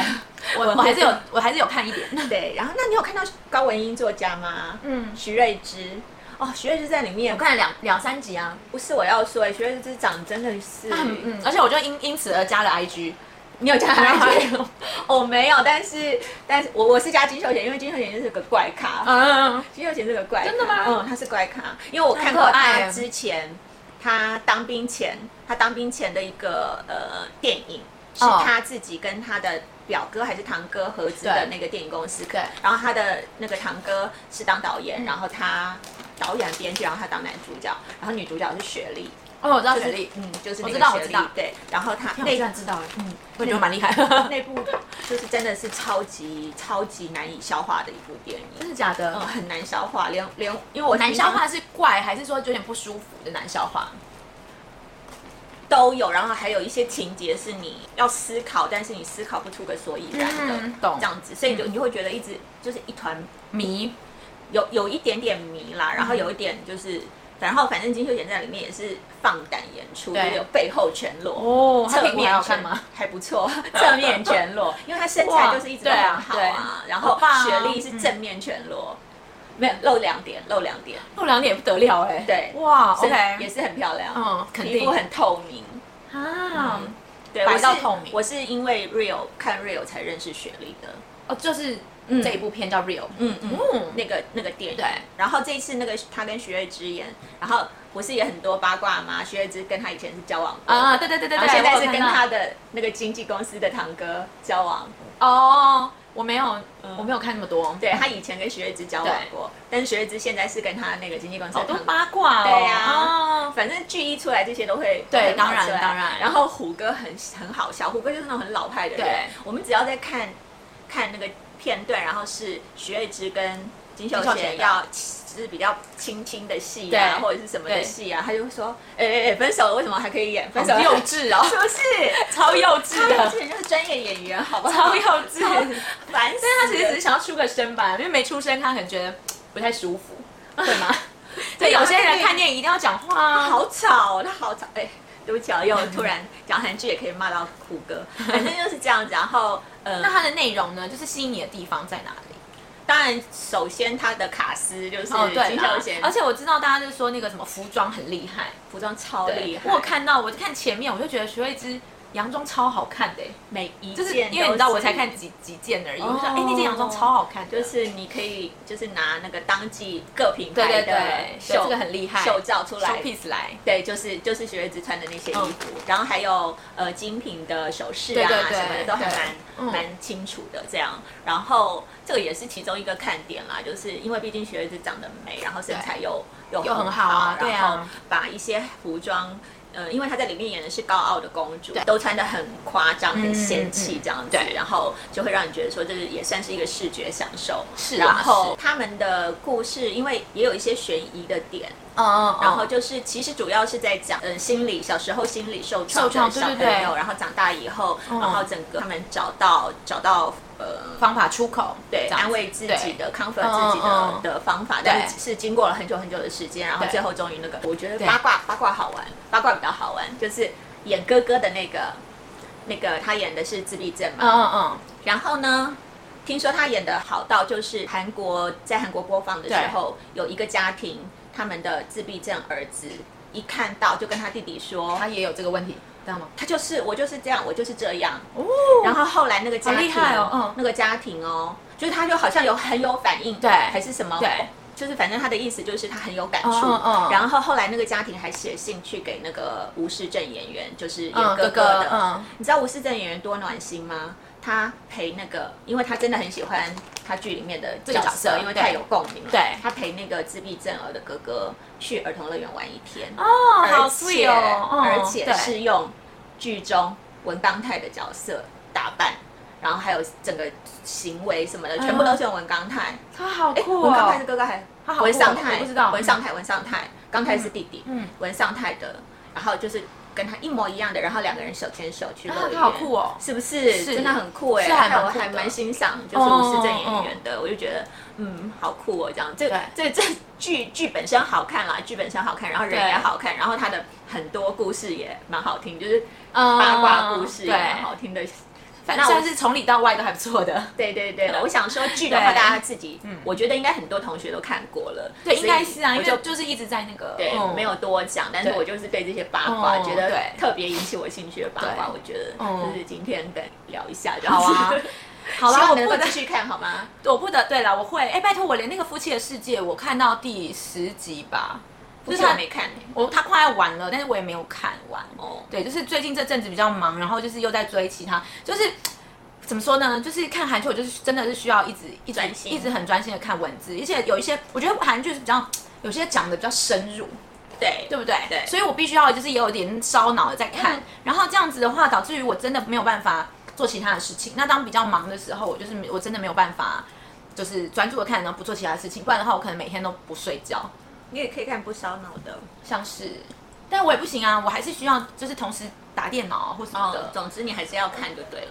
[SPEAKER 1] 我我还是有我还是有看一点。
[SPEAKER 2] 对，然后那你有看到高文英作家吗？
[SPEAKER 1] 嗯
[SPEAKER 2] 徐瑞芝。哦，徐瑞芝在里面
[SPEAKER 1] 我，看了两两三集啊，
[SPEAKER 2] 不是我要说，徐瑞芝长真的是，
[SPEAKER 1] 嗯嗯嗯，而且我就因因此而加了 IG，
[SPEAKER 2] 你有加
[SPEAKER 1] 没有
[SPEAKER 2] 他
[SPEAKER 1] 啊
[SPEAKER 2] 我哦没有，但是但是我我是加金秀贤，因为金秀贤是个怪咖，
[SPEAKER 1] 嗯，
[SPEAKER 2] 金秀贤是个怪咖，
[SPEAKER 1] 真的吗
[SPEAKER 2] 嗯，他是怪咖，因为我看过
[SPEAKER 1] 很可爱
[SPEAKER 2] 他之前他当兵前，他当兵前的一个呃电影，是
[SPEAKER 1] 哦
[SPEAKER 2] 他自己跟他的表哥还是堂哥合资的
[SPEAKER 1] 对
[SPEAKER 2] 那个电影公司，
[SPEAKER 1] 对嗯
[SPEAKER 2] 然后他的那个堂哥是当导演，然后他导演编剧，然后他当男主角，然后女主角是雪莉，
[SPEAKER 1] 哦，我知道
[SPEAKER 2] 就是
[SPEAKER 1] 雪莉，
[SPEAKER 2] 嗯，就是
[SPEAKER 1] 我
[SPEAKER 2] 那个
[SPEAKER 1] 知道我
[SPEAKER 2] 雪
[SPEAKER 1] 知
[SPEAKER 2] 莉
[SPEAKER 1] 道，
[SPEAKER 2] 对，然后他
[SPEAKER 1] 天啊我
[SPEAKER 2] 那
[SPEAKER 1] 居然知道了，嗯，我觉
[SPEAKER 2] 那
[SPEAKER 1] 得蛮厉害，
[SPEAKER 2] 那部就是真的是超级超级难以消化的一部电影，
[SPEAKER 1] 真的假
[SPEAKER 2] 嗯，
[SPEAKER 1] 的？
[SPEAKER 2] 很难消化，连连因为我
[SPEAKER 1] 难
[SPEAKER 2] 平常
[SPEAKER 1] 消化是怪，还是说有点不舒服的难消化？
[SPEAKER 2] 都有，然后还有一些情节是你要思考，但是你思考不出个所以然的，
[SPEAKER 1] 嗯懂
[SPEAKER 2] 这样子，所以你就你会觉得一直就是一团
[SPEAKER 1] 迷，
[SPEAKER 2] 有有一点点迷
[SPEAKER 1] 嗯
[SPEAKER 2] 啦，然后有一点就是。然后，反正金秀贤在里面也是放胆演出，就
[SPEAKER 1] 对
[SPEAKER 2] 是有背后全裸
[SPEAKER 1] 哦他
[SPEAKER 2] 侧
[SPEAKER 1] 屁股
[SPEAKER 2] 面
[SPEAKER 1] 还好
[SPEAKER 2] 全
[SPEAKER 1] 看 吗？
[SPEAKER 2] 还不错，侧面全裸，因为他身材就是一直都
[SPEAKER 1] 哇对
[SPEAKER 2] 很
[SPEAKER 1] 啊
[SPEAKER 2] 好
[SPEAKER 1] 对嗯
[SPEAKER 2] 啊。然
[SPEAKER 1] 好
[SPEAKER 2] 后
[SPEAKER 1] 棒啊
[SPEAKER 2] 雪莉是正面全裸，没有露两点，露两点，
[SPEAKER 1] 露两点也不得了哎，
[SPEAKER 2] 对
[SPEAKER 1] 哇
[SPEAKER 2] 身
[SPEAKER 1] ，OK，
[SPEAKER 2] 也是很漂亮，
[SPEAKER 1] 嗯肯定
[SPEAKER 2] 皮肤很透明，
[SPEAKER 1] 啊，
[SPEAKER 2] 对，
[SPEAKER 1] 白
[SPEAKER 2] 我是
[SPEAKER 1] 到透明
[SPEAKER 2] 我是因为 real 看 real 才认识雪莉的，
[SPEAKER 1] 哦，就是
[SPEAKER 2] 嗯
[SPEAKER 1] 这一部片叫 Real，
[SPEAKER 2] 嗯嗯，
[SPEAKER 1] 嗯，
[SPEAKER 2] 那个那个电影。
[SPEAKER 1] 对
[SPEAKER 2] 然后这一次那个他跟徐睿之演，然后不是也很多八卦吗？徐睿之跟他以前是交往过
[SPEAKER 1] 啊，对对对对
[SPEAKER 2] 然后
[SPEAKER 1] 对，
[SPEAKER 2] 现在
[SPEAKER 1] 我有
[SPEAKER 2] 是跟
[SPEAKER 1] 看到
[SPEAKER 2] 他的那个经纪公司的堂哥交往。
[SPEAKER 1] 哦，我没有，
[SPEAKER 2] 嗯
[SPEAKER 1] 我没有看那么多，
[SPEAKER 2] 对他以前跟徐睿之交往过，但是徐睿之现在是跟他那个经纪公司
[SPEAKER 1] 好
[SPEAKER 2] 的
[SPEAKER 1] 多
[SPEAKER 2] 堂哥。
[SPEAKER 1] 八卦哦，
[SPEAKER 2] 对呀
[SPEAKER 1] 哦
[SPEAKER 2] 反正剧一出来，这些都会
[SPEAKER 1] 对
[SPEAKER 2] 都会跑
[SPEAKER 1] 当然
[SPEAKER 2] 出来
[SPEAKER 1] 当然
[SPEAKER 2] 然后虎哥很很好笑，虎哥就是那种很老派的人。
[SPEAKER 1] 对，
[SPEAKER 2] 我们只要在看看那个片段，然后是徐睿之跟金秀
[SPEAKER 1] 金秀贤
[SPEAKER 2] 贤
[SPEAKER 1] 的
[SPEAKER 2] 要就是比较亲亲的戏啊，
[SPEAKER 1] 对
[SPEAKER 2] 或者是什么的
[SPEAKER 1] 对
[SPEAKER 2] 戏啊，他就会说：“哎哎哎，分手了，为什么还可以演？分手
[SPEAKER 1] 好
[SPEAKER 2] 了，
[SPEAKER 1] 幼稚哦
[SPEAKER 2] 是不是？
[SPEAKER 1] 超幼稚
[SPEAKER 2] 他们
[SPEAKER 1] 的，
[SPEAKER 2] 这就是专业演员，好不好？
[SPEAKER 1] 超幼稚。
[SPEAKER 2] 烦死了！
[SPEAKER 1] 但他其 实只是想要出个声吧，因为没出声，他可能觉得不太舒服，对吗？对，有些人看电影一定要讲话
[SPEAKER 2] 他
[SPEAKER 1] 啊。
[SPEAKER 2] 好吵哦，他好吵。哎、对不起啊，又突然讲韩剧也可以骂到虎哥，反正就是这样子。然后，呃
[SPEAKER 1] 那，它的内容呢，就是吸引你的地方在哪里？
[SPEAKER 2] 当然，首先他的卡斯就是
[SPEAKER 1] 哦对
[SPEAKER 2] 金
[SPEAKER 1] 啦
[SPEAKER 2] 秀贤，，
[SPEAKER 1] 而且我知道大家就说那个什么服装很厉害，
[SPEAKER 2] 服装超厉
[SPEAKER 1] 对，
[SPEAKER 2] 害，
[SPEAKER 1] 我有看到，我就看前面，我就觉得徐慧芝洋装超好看的欸，
[SPEAKER 2] 每一件
[SPEAKER 1] 就是
[SPEAKER 2] 都
[SPEAKER 1] 因为你知道我才看几几件而已，我就说哎那件洋装超好看的，
[SPEAKER 2] 就是你可以就是拿那个当季各品
[SPEAKER 1] 对
[SPEAKER 2] 牌
[SPEAKER 1] 对
[SPEAKER 2] 的
[SPEAKER 1] 对，
[SPEAKER 2] 秀，
[SPEAKER 1] 秀这个很厉害，
[SPEAKER 2] 秀照出来
[SPEAKER 1] show。piece 来，
[SPEAKER 2] 对，就是就是学子穿的那些衣服，
[SPEAKER 1] 嗯
[SPEAKER 2] 然后还有呃精品的首饰啊
[SPEAKER 1] 对对对
[SPEAKER 2] 什么的，都还
[SPEAKER 1] 对
[SPEAKER 2] 蛮、
[SPEAKER 1] 嗯
[SPEAKER 2] 蛮清楚的这样。然后这个也是其中一个看点啦，就是因为毕竟学子长得美，然后身材又又
[SPEAKER 1] 又
[SPEAKER 2] 很
[SPEAKER 1] 很好啊对
[SPEAKER 2] 然
[SPEAKER 1] 啊
[SPEAKER 2] 后把一些服装。呃，因为她在里面演的是高傲的公主
[SPEAKER 1] 对，
[SPEAKER 2] 都穿的很夸张、很
[SPEAKER 1] 嗯
[SPEAKER 2] 仙
[SPEAKER 1] 嗯
[SPEAKER 2] 气这样子，
[SPEAKER 1] 对
[SPEAKER 2] 然后就会让你觉得说，这是也算是一个视觉享受。
[SPEAKER 1] 是啊
[SPEAKER 2] 然后他们的故事，因为也有一些悬疑的点，
[SPEAKER 1] 嗯嗯，
[SPEAKER 2] 然后就是其实主要是在讲，嗯，心理小时候心理受创
[SPEAKER 1] 受创
[SPEAKER 2] 的小朋
[SPEAKER 1] 对对
[SPEAKER 2] 友，
[SPEAKER 1] 对
[SPEAKER 2] 然后长大以后，
[SPEAKER 1] 嗯
[SPEAKER 2] 然后整个他们找到找到呃。
[SPEAKER 1] 方法出口，
[SPEAKER 2] 对，
[SPEAKER 1] 这样子
[SPEAKER 2] 安慰自己的、康复自己
[SPEAKER 1] 嗯
[SPEAKER 2] 的
[SPEAKER 1] 嗯
[SPEAKER 2] 的方法，但是是经过了很久很久的时间，然后
[SPEAKER 1] 对
[SPEAKER 2] 最后终于那个，我觉得
[SPEAKER 1] 对
[SPEAKER 2] 八卦八卦好玩，八卦比较好玩，就是演哥哥的那个，那个他演的是自闭症嘛，
[SPEAKER 1] 嗯嗯嗯，
[SPEAKER 2] 然后呢，听说他演的好到就是韩国在韩国播放的时候，有一个家庭他们的自闭症儿子一看到就跟他弟弟说
[SPEAKER 1] 他，也有这个问题，知道吗？
[SPEAKER 2] 他就是我就是这样，我就是这样。
[SPEAKER 1] 哦，
[SPEAKER 2] 然后后来那个家
[SPEAKER 1] 好
[SPEAKER 2] 庭
[SPEAKER 1] 厉害哦嗯
[SPEAKER 2] 那个家庭哦，就是他就好像有很有反应，
[SPEAKER 1] 对
[SPEAKER 2] 还是什么
[SPEAKER 1] 对。
[SPEAKER 2] 就是反正他的意思就是他很有感触，
[SPEAKER 1] 嗯嗯嗯
[SPEAKER 2] 然后后来那个家庭还写信去给那个吴世正演员，就是演
[SPEAKER 1] 嗯，
[SPEAKER 2] 哥
[SPEAKER 1] 哥
[SPEAKER 2] 哥的，
[SPEAKER 1] 嗯，
[SPEAKER 2] 你知道吴世正演员多暖心吗？他陪那个，因为他真的很喜欢他剧里面的
[SPEAKER 1] 这
[SPEAKER 2] 角
[SPEAKER 1] 个
[SPEAKER 2] 色，
[SPEAKER 1] 角色
[SPEAKER 2] 因为
[SPEAKER 1] 对
[SPEAKER 2] 太有共鸣了。
[SPEAKER 1] 对
[SPEAKER 2] 他陪那个自闭症儿的哥哥去儿童乐园玩一天，哦，
[SPEAKER 1] 哦，好 sweet 哦，嗯
[SPEAKER 2] 而且
[SPEAKER 1] 对
[SPEAKER 2] 是用剧中文刚泰的角色打扮，然后还有整个行为什么的，全部都是用文刚泰。
[SPEAKER 1] 他好
[SPEAKER 2] 哎、
[SPEAKER 1] 酷
[SPEAKER 2] 文刚泰
[SPEAKER 1] 哦
[SPEAKER 2] 是，哥哥还
[SPEAKER 1] 他好酷哦
[SPEAKER 2] 文尚泰，
[SPEAKER 1] 我不知道
[SPEAKER 2] 文尚泰，文尚泰，刚泰是弟弟，
[SPEAKER 1] 嗯，
[SPEAKER 2] 文尚泰的，然后就是跟他一模一样的，然后两个人手牵手去乐
[SPEAKER 1] 啊
[SPEAKER 2] 园，
[SPEAKER 1] 他好酷哦，
[SPEAKER 2] 是不是？
[SPEAKER 1] 是
[SPEAKER 2] 真的很酷哎、
[SPEAKER 1] 是啊还蛮
[SPEAKER 2] 我
[SPEAKER 1] 酷的哦
[SPEAKER 2] 还蛮欣赏就是吴世正演员的，我就觉得嗯，好酷哦，这样这
[SPEAKER 1] 对
[SPEAKER 2] 这这剧剧本身好看啦，剧本身好看，然后人
[SPEAKER 1] 对
[SPEAKER 2] 也好看，然后他的很多故事也蛮好听，就是
[SPEAKER 1] 嗯
[SPEAKER 2] 八卦故事也
[SPEAKER 1] 对
[SPEAKER 2] 蛮，好听的。
[SPEAKER 1] 反
[SPEAKER 2] 那我
[SPEAKER 1] 正是从里到外都还不错的。
[SPEAKER 2] 对对对，我想说剧的话，
[SPEAKER 1] 嗯对
[SPEAKER 2] 大家自己，我觉得应该很多同学都看过了，
[SPEAKER 1] 对，
[SPEAKER 2] 所
[SPEAKER 1] 应
[SPEAKER 2] 以
[SPEAKER 1] 该是啊，
[SPEAKER 2] 我
[SPEAKER 1] 因为
[SPEAKER 2] 就
[SPEAKER 1] 就就是一直在那个
[SPEAKER 2] 对
[SPEAKER 1] 嗯
[SPEAKER 2] 没有多讲，但是
[SPEAKER 1] 对
[SPEAKER 2] 我就是对这些八卦
[SPEAKER 1] 嗯
[SPEAKER 2] 觉得
[SPEAKER 1] 对
[SPEAKER 2] 特别引起我兴趣的八卦，
[SPEAKER 1] 对
[SPEAKER 2] 我觉得
[SPEAKER 1] 嗯
[SPEAKER 2] 就是今天跟你聊一下这样
[SPEAKER 1] 好
[SPEAKER 2] 子，。
[SPEAKER 1] 啊好
[SPEAKER 2] 希
[SPEAKER 1] 啦，
[SPEAKER 2] 望
[SPEAKER 1] 我
[SPEAKER 2] 能
[SPEAKER 1] 不
[SPEAKER 2] 够
[SPEAKER 1] 得
[SPEAKER 2] 继，续看好吗？
[SPEAKER 1] 我不得，对啦，我会。哎，拜托，我连那个《夫妻的世界》我看到第十集吧，
[SPEAKER 2] 不
[SPEAKER 1] 就是是
[SPEAKER 2] 我
[SPEAKER 1] 他
[SPEAKER 2] 没看
[SPEAKER 1] 我他快要完了，但是我也没有看完。
[SPEAKER 2] 哦，
[SPEAKER 1] 对，就是最近这阵子比较忙，然后就是又在追其他，就是怎么说呢？就是看韩剧，我就是真的是需要一直一直
[SPEAKER 2] 专心
[SPEAKER 1] 一直很专心的看文字，而且有一些我觉得韩剧是比较有些讲的比较深入，
[SPEAKER 2] 对
[SPEAKER 1] 对不对？
[SPEAKER 2] 对
[SPEAKER 1] 所以我必须要就是也有点烧脑的在看，
[SPEAKER 2] 嗯
[SPEAKER 1] 然后这样子的话，导致于我真的没有办法做其他的事情。那当比较忙的时候，我就是我真的没有办法。就是专注的看，然后不做其他事情，不然的话，我可能每天都不睡觉。
[SPEAKER 2] 你也可以看不烧脑的
[SPEAKER 1] 像是，但我也不行啊，我还是需要就是同时打电脑啊或什么的。
[SPEAKER 2] 哦。总之你还是要看就对了，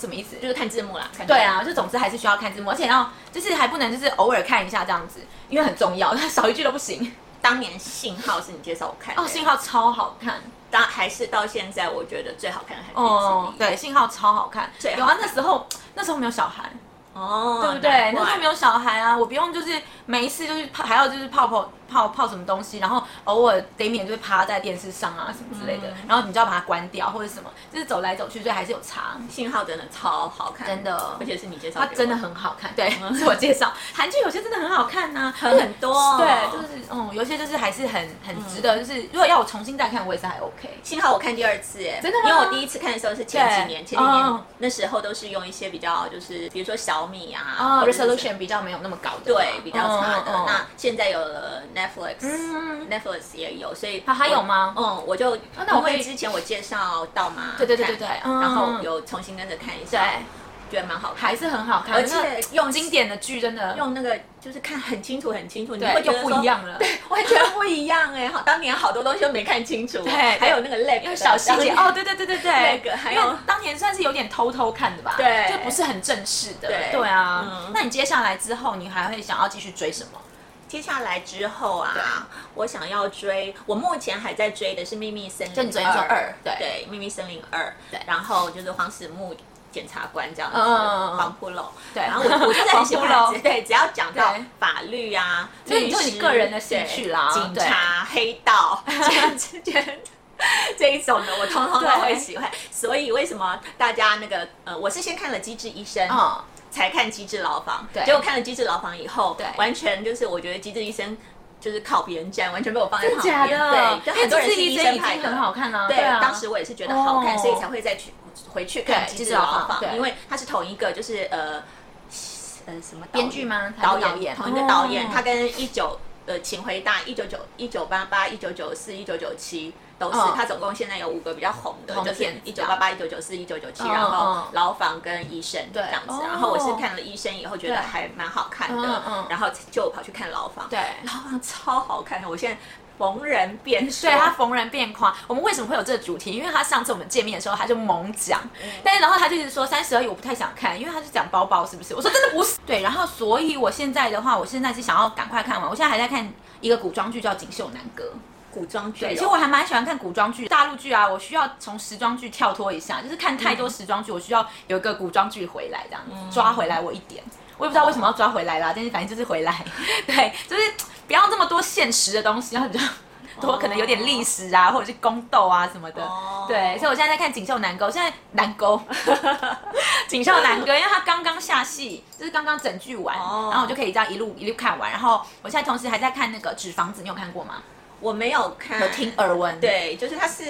[SPEAKER 1] 什么意思？就
[SPEAKER 2] 就是是看字幕啦。看字幕
[SPEAKER 1] 对，啊，就总之还是需要看字幕，而且要就是还不能就是偶尔看一下这样子，因为很重要，少一句都不行。
[SPEAKER 2] 当年信号是你介绍我看的
[SPEAKER 1] 哦，信号超好看
[SPEAKER 2] 当还是到现在我觉得最好看的韩剧
[SPEAKER 1] 哦
[SPEAKER 2] 之，一。
[SPEAKER 1] 对，信号超好看
[SPEAKER 2] 最。好
[SPEAKER 1] 有啊，那时候那时候没有小孩，
[SPEAKER 2] 哦，
[SPEAKER 1] 对不对？
[SPEAKER 2] 难怪
[SPEAKER 1] 那时候没有小孩啊，我不用就是没事就是泡，还要就是泡泡泡泡什么东西，然后偶尔得免就是趴在电视上啊什么之类
[SPEAKER 2] 嗯
[SPEAKER 1] 的，然后你就要把它关掉或者什么，就是走来走去，所以还是有差。
[SPEAKER 2] 信号真的啊超好看，
[SPEAKER 1] 真的
[SPEAKER 2] 而且是你介绍
[SPEAKER 1] 它
[SPEAKER 2] 给我，
[SPEAKER 1] 真的很好看，对， 自我介绍。韩剧有些真的很好看呐、
[SPEAKER 2] 嗯很很多哦
[SPEAKER 1] 对，就是嗯，有些就是还是很很值得，就是如果要我重新再看，我也是还 OK。
[SPEAKER 2] 幸好我看第二次，哎，
[SPEAKER 1] 真的吗
[SPEAKER 2] 因为我第一次看的时哦候是前几年，
[SPEAKER 1] 对
[SPEAKER 2] 前几年
[SPEAKER 1] 嗯
[SPEAKER 2] 那时候都是用一些比较就是比如说小米啊
[SPEAKER 1] 啊
[SPEAKER 2] 或者是
[SPEAKER 1] ，resolution 比较没有那么高的嘛，
[SPEAKER 2] 对比较差的。
[SPEAKER 1] 嗯嗯嗯
[SPEAKER 2] 那现在有了 Netflix，
[SPEAKER 1] 嗯
[SPEAKER 2] Netflix 也有，所以
[SPEAKER 1] 它还有
[SPEAKER 2] 我
[SPEAKER 1] 吗
[SPEAKER 2] 嗯，我就
[SPEAKER 1] 那我
[SPEAKER 2] 因为
[SPEAKER 1] 会
[SPEAKER 2] 之前我介绍到嘛，
[SPEAKER 1] 对对对
[SPEAKER 2] 看
[SPEAKER 1] 对对嗯
[SPEAKER 2] 然后有重新跟着看一下，觉得蛮好看
[SPEAKER 1] 还
[SPEAKER 2] 的，
[SPEAKER 1] 是很好看，
[SPEAKER 2] 而且
[SPEAKER 1] 那
[SPEAKER 2] 用
[SPEAKER 1] 经典的剧真的
[SPEAKER 2] 用那个就是看很清楚很清楚，你会
[SPEAKER 1] 对
[SPEAKER 2] 觉
[SPEAKER 1] 就
[SPEAKER 2] 得
[SPEAKER 1] 不
[SPEAKER 2] 说
[SPEAKER 1] 一。样了，对，
[SPEAKER 2] 完全不一样哎、好，当年好多东西都没看清楚，对
[SPEAKER 1] 对
[SPEAKER 2] 还有那个 leg
[SPEAKER 1] 因
[SPEAKER 2] 的
[SPEAKER 1] 为小细节
[SPEAKER 2] 当年
[SPEAKER 1] 哦，对对对对对，
[SPEAKER 2] 那个还有
[SPEAKER 1] 因为当年算是有点偷偷看的吧，
[SPEAKER 2] 对
[SPEAKER 1] 就不是很正式的，
[SPEAKER 2] 对
[SPEAKER 1] 对啊
[SPEAKER 2] 嗯。
[SPEAKER 1] 那你接下来之后，你还会想要继续追什么？
[SPEAKER 2] 接下来之后啊，我想要追，我目前还在追的是《秘密森林》，
[SPEAKER 1] 就你昨天说二对
[SPEAKER 2] 对，《秘密森林二》，
[SPEAKER 1] 对
[SPEAKER 2] 然后就是黄始木检察官这样子，
[SPEAKER 1] 嗯嗯嗯嗯
[SPEAKER 2] 黄浦楼，
[SPEAKER 1] 对
[SPEAKER 2] 然后我我就是很喜
[SPEAKER 1] 黄
[SPEAKER 2] 欢
[SPEAKER 1] 浦，楼
[SPEAKER 2] 对，只要讲到
[SPEAKER 1] 对
[SPEAKER 2] 法律啊，
[SPEAKER 1] 所以
[SPEAKER 2] 律
[SPEAKER 1] 你就
[SPEAKER 2] 师
[SPEAKER 1] 你个人的兴
[SPEAKER 2] 对
[SPEAKER 1] 趣啦
[SPEAKER 2] 警
[SPEAKER 1] 对
[SPEAKER 2] 察、黑道， 这这这一种的，我通通都
[SPEAKER 1] 对
[SPEAKER 2] 会喜欢。所以为什么大家那个呃，我是先看了《机智医生》，
[SPEAKER 1] 嗯，
[SPEAKER 2] 才看《机智牢房》，
[SPEAKER 1] 对
[SPEAKER 2] 结果看了《机智牢房》以后，
[SPEAKER 1] 对
[SPEAKER 2] 完全就是我觉得《机智医生》就是靠别人站，完全被我放在
[SPEAKER 1] 真
[SPEAKER 2] 旁
[SPEAKER 1] 的
[SPEAKER 2] 边，
[SPEAKER 1] 假的？
[SPEAKER 2] 对，就
[SPEAKER 1] 因为
[SPEAKER 2] 很多人
[SPEAKER 1] 这
[SPEAKER 2] 是
[SPEAKER 1] 支
[SPEAKER 2] 医
[SPEAKER 1] 医
[SPEAKER 2] 生
[SPEAKER 1] 生已
[SPEAKER 2] 拍
[SPEAKER 1] 经
[SPEAKER 2] 的，
[SPEAKER 1] 很好看啦，
[SPEAKER 2] 对，
[SPEAKER 1] 啊，
[SPEAKER 2] 当时我也是觉得好看，
[SPEAKER 1] 哦
[SPEAKER 2] 所以才会再去回去看
[SPEAKER 1] 对
[SPEAKER 2] 《机智牢
[SPEAKER 1] 机智
[SPEAKER 2] 房
[SPEAKER 1] 牢》，房
[SPEAKER 2] 因为它是同一个，就是呃呃什么导演
[SPEAKER 1] 编剧吗
[SPEAKER 2] 导
[SPEAKER 1] 还是导
[SPEAKER 2] 演，
[SPEAKER 1] 演
[SPEAKER 2] 同一个导演
[SPEAKER 1] 哦，
[SPEAKER 2] 他跟一九呃，请回答一九九一九八八一九九四一九九七。都是
[SPEAKER 1] 嗯，
[SPEAKER 2] 他总共现在有五个比较红的，
[SPEAKER 1] 红
[SPEAKER 2] 就
[SPEAKER 1] 的
[SPEAKER 2] 是
[SPEAKER 1] 片
[SPEAKER 2] 一
[SPEAKER 1] 子
[SPEAKER 2] 九八八、一九九四、一九九七，
[SPEAKER 1] 嗯
[SPEAKER 2] 然后
[SPEAKER 1] 嗯
[SPEAKER 2] 牢房跟医生这
[SPEAKER 1] 对
[SPEAKER 2] 样子。
[SPEAKER 1] 哦
[SPEAKER 2] 然后我是看了医生以后觉得
[SPEAKER 1] 对
[SPEAKER 2] 还蛮好看的
[SPEAKER 1] 嗯嗯，
[SPEAKER 2] 然后就跑去看牢房。
[SPEAKER 1] 对
[SPEAKER 2] 牢房超好看的，我现在逢人便说。
[SPEAKER 1] 对他逢人便夸。我们为什么会有这个主题？因为他上次我们见面的时候，他就猛讲，但是然后他就一直说三十而已，我不太想看，因为他就讲包包是不是？我说真的不是。 对，然后所以我现在的话，我现在是想要赶快看完。我现在还在看一个古装剧叫《锦绣南歌》。
[SPEAKER 2] 古装剧哦，
[SPEAKER 1] 对，其实我还蛮喜欢看古装剧、大陆剧啊。我需要从时装剧跳脱一下，就是看太多时装剧，我需要有一个古装剧回来，这样子、抓回来我一点。我也不知道为什么要抓回来啦，但是反正就是回来。对，就是不要这么多现实的东西，然后比较多可能有点历史啊，或者是宫斗啊什么的。
[SPEAKER 2] 哦
[SPEAKER 1] 对，所以我现在在看《锦绣南歌》，我现在南沟， 锦绣南歌，因为它刚刚下戏，就是刚刚整剧完，
[SPEAKER 2] 哦
[SPEAKER 1] 然后我就可以这样一路一路看完。然后我现在同时还在看那个《纸房子》，你有看过吗？
[SPEAKER 2] 我没有看，
[SPEAKER 1] 有听耳闻。。
[SPEAKER 2] 对，就是它是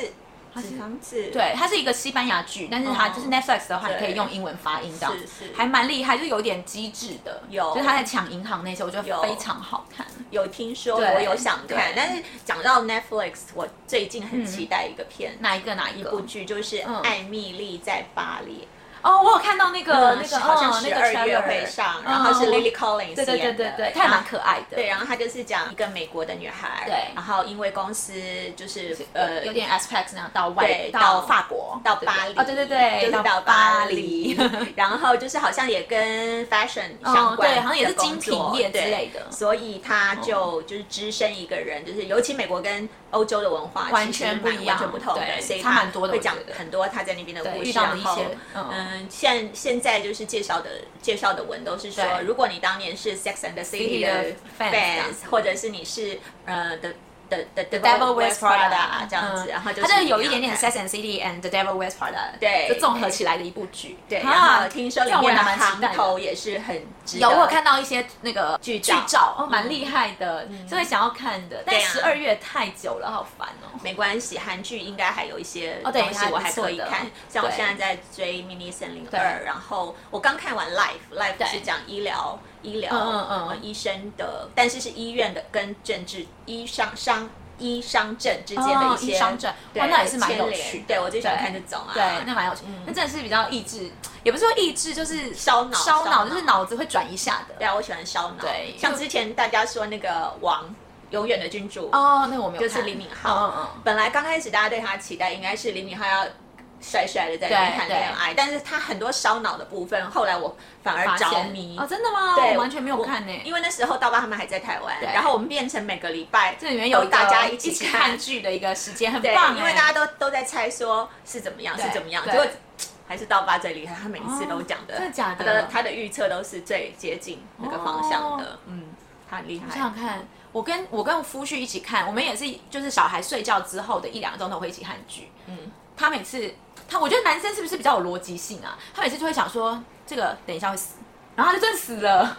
[SPEAKER 2] 纸房子，
[SPEAKER 1] 对，它是一个西班牙剧，但是它
[SPEAKER 2] 哦
[SPEAKER 1] 就是 Netflix 的话，
[SPEAKER 2] 对
[SPEAKER 1] 你可以用英文发音这样子，
[SPEAKER 2] 是是
[SPEAKER 1] 还蛮厉害，就是有点机智的。
[SPEAKER 2] 有
[SPEAKER 1] 就是他在抢银行那些，我觉
[SPEAKER 2] 有
[SPEAKER 1] 得非常好看。
[SPEAKER 2] 有听说，
[SPEAKER 1] 对
[SPEAKER 2] 我有想看
[SPEAKER 1] 对，
[SPEAKER 2] 但是讲到 Netflix，我最近很期待一个片，
[SPEAKER 1] 哪一个？哪一
[SPEAKER 2] 一部
[SPEAKER 1] 个？
[SPEAKER 2] 剧就是《
[SPEAKER 1] 嗯
[SPEAKER 2] 艾蜜莉在巴黎》，
[SPEAKER 1] 哦，我有看到那个
[SPEAKER 2] 呃，
[SPEAKER 1] 那个，
[SPEAKER 2] 好像
[SPEAKER 1] 哦那
[SPEAKER 2] 十
[SPEAKER 1] 个
[SPEAKER 2] 二月
[SPEAKER 1] trailer
[SPEAKER 2] 会上，
[SPEAKER 1] 嗯
[SPEAKER 2] 然后是 Lily Collins
[SPEAKER 1] 对对对
[SPEAKER 2] 演的然后
[SPEAKER 1] 对对，她还蛮可爱的。
[SPEAKER 2] 对，然后她就是讲一个美国的女孩，
[SPEAKER 1] 对
[SPEAKER 2] 然后因为公司就是呃
[SPEAKER 1] 有点 aspect 那样到
[SPEAKER 2] 对
[SPEAKER 1] 外
[SPEAKER 2] 到
[SPEAKER 1] 到法国
[SPEAKER 2] 到巴黎
[SPEAKER 1] 哦对对对，
[SPEAKER 2] 就是到巴
[SPEAKER 1] 巴
[SPEAKER 2] 黎
[SPEAKER 1] 黎，
[SPEAKER 2] 然后就是好像也跟 fashion
[SPEAKER 1] 哦
[SPEAKER 2] 相关、
[SPEAKER 1] 对好像也是精品业之类的
[SPEAKER 2] 所以他就就是只身一个人，就是尤其美国跟欧洲的文化
[SPEAKER 1] 完
[SPEAKER 2] 其实
[SPEAKER 1] 全不
[SPEAKER 2] 蛮
[SPEAKER 1] 一
[SPEAKER 2] 完
[SPEAKER 1] 样
[SPEAKER 2] 全不同的，
[SPEAKER 1] 对
[SPEAKER 2] 所以
[SPEAKER 1] 差
[SPEAKER 2] 他
[SPEAKER 1] 蛮多的
[SPEAKER 2] 会
[SPEAKER 1] 我
[SPEAKER 2] 讲
[SPEAKER 1] 觉得
[SPEAKER 2] 很多他在那边的
[SPEAKER 1] 对
[SPEAKER 2] 故事，
[SPEAKER 1] 遇到的一
[SPEAKER 2] 然后
[SPEAKER 1] 些嗯
[SPEAKER 2] 嗯们现现在就是介绍的介绍的文都是说，
[SPEAKER 1] 对
[SPEAKER 2] 如果你当年是 Sex and the City 的
[SPEAKER 1] fans 这样
[SPEAKER 2] fans，或者是你是呃的的的 The
[SPEAKER 1] Devil Wears Prada
[SPEAKER 2] Prada 啊这样子，
[SPEAKER 1] 嗯
[SPEAKER 2] 然后就
[SPEAKER 1] 它
[SPEAKER 2] 是
[SPEAKER 1] 就有一点点
[SPEAKER 2] 你要看
[SPEAKER 1] Sex and City and the Devil Wears Prada，
[SPEAKER 2] 对
[SPEAKER 1] 就综合起来的一部剧。
[SPEAKER 2] 对，
[SPEAKER 1] 啊
[SPEAKER 2] 然后听说里
[SPEAKER 1] 这样我
[SPEAKER 2] 面
[SPEAKER 1] 也
[SPEAKER 2] 的
[SPEAKER 1] 蛮期待
[SPEAKER 2] 行
[SPEAKER 1] 的
[SPEAKER 2] 头也是很值得
[SPEAKER 1] 有我有看到一些那个
[SPEAKER 2] 剧
[SPEAKER 1] 剧
[SPEAKER 2] 照嗯
[SPEAKER 1] 照，哦，蛮厉害的，所以想要看的。但
[SPEAKER 2] 对啊
[SPEAKER 1] 十二月太久了，好烦哦。
[SPEAKER 2] 没关系，韩剧应该还有一些
[SPEAKER 1] 哦
[SPEAKER 2] 东
[SPEAKER 1] 对
[SPEAKER 2] 西我还可以
[SPEAKER 1] 还
[SPEAKER 2] 看
[SPEAKER 1] 不错的。
[SPEAKER 2] 像我
[SPEAKER 1] 对
[SPEAKER 2] 现在在追《迷 i 森林
[SPEAKER 1] 对
[SPEAKER 2] 二》，然后我刚看完 Life，Life
[SPEAKER 1] 对
[SPEAKER 2] 是讲医疗、医疗、
[SPEAKER 1] 嗯嗯嗯
[SPEAKER 2] 呃医生的，但是是医院的跟政治医商商医商政之间的
[SPEAKER 1] 哦
[SPEAKER 2] 一些
[SPEAKER 1] 医商政
[SPEAKER 2] 对
[SPEAKER 1] 哇那也是蛮
[SPEAKER 2] 牵
[SPEAKER 1] 有
[SPEAKER 2] 连
[SPEAKER 1] 趣的
[SPEAKER 2] 对我最喜欢看这
[SPEAKER 1] 对
[SPEAKER 2] 种啊，
[SPEAKER 1] 对，那蛮有趣。那真的是比较益智，也不是说益智，就是
[SPEAKER 2] 烧脑烧
[SPEAKER 1] 烧
[SPEAKER 2] 脑
[SPEAKER 1] 脑就是脑子会转一下的
[SPEAKER 2] 对。啊，我喜欢烧脑。
[SPEAKER 1] 对
[SPEAKER 2] 像
[SPEAKER 1] 就
[SPEAKER 2] 之前大家说那个王永远的君主，
[SPEAKER 1] 哦，那我没有
[SPEAKER 2] 就
[SPEAKER 1] 看，
[SPEAKER 2] 是李敏镐。
[SPEAKER 1] 嗯嗯嗯，
[SPEAKER 2] 本来刚开始大家对他期待应该是李敏镐要帅帅的在那边
[SPEAKER 1] 对
[SPEAKER 2] 谈恋爱，但是他很多烧脑的部分，后来我反而
[SPEAKER 1] 发现
[SPEAKER 2] 着迷。
[SPEAKER 1] 哦，真的吗？
[SPEAKER 2] 对
[SPEAKER 1] 我完全没有看
[SPEAKER 2] 我
[SPEAKER 1] 呢。
[SPEAKER 2] 因为那时候刀疤他们还在台湾，
[SPEAKER 1] 对
[SPEAKER 2] 然后我们变成每个礼拜
[SPEAKER 1] 这里面有一
[SPEAKER 2] 都
[SPEAKER 1] 个
[SPEAKER 2] 大家
[SPEAKER 1] 一
[SPEAKER 2] 一起
[SPEAKER 1] 起看剧的一个时间，很
[SPEAKER 2] 对
[SPEAKER 1] 棒，哎，
[SPEAKER 2] 因为大家都都在猜说是怎么样是
[SPEAKER 1] 对
[SPEAKER 2] 怎么样，
[SPEAKER 1] 对
[SPEAKER 2] 结果还是刀疤最厉害，他每一次都讲的，
[SPEAKER 1] 哦真的假的
[SPEAKER 2] 他的他的预测都是最接近那个方向的，
[SPEAKER 1] 哦
[SPEAKER 2] 嗯，他很厉害。
[SPEAKER 1] 我想想看，我跟我跟夫婿一起看，我们也是就是小孩睡觉之后的一两个钟头会一起看剧。
[SPEAKER 2] 嗯
[SPEAKER 1] 嗯，他每次他，我觉得男生是不是比较有逻辑性啊？他每次就会想说这个等一下会死，然后他就真死了。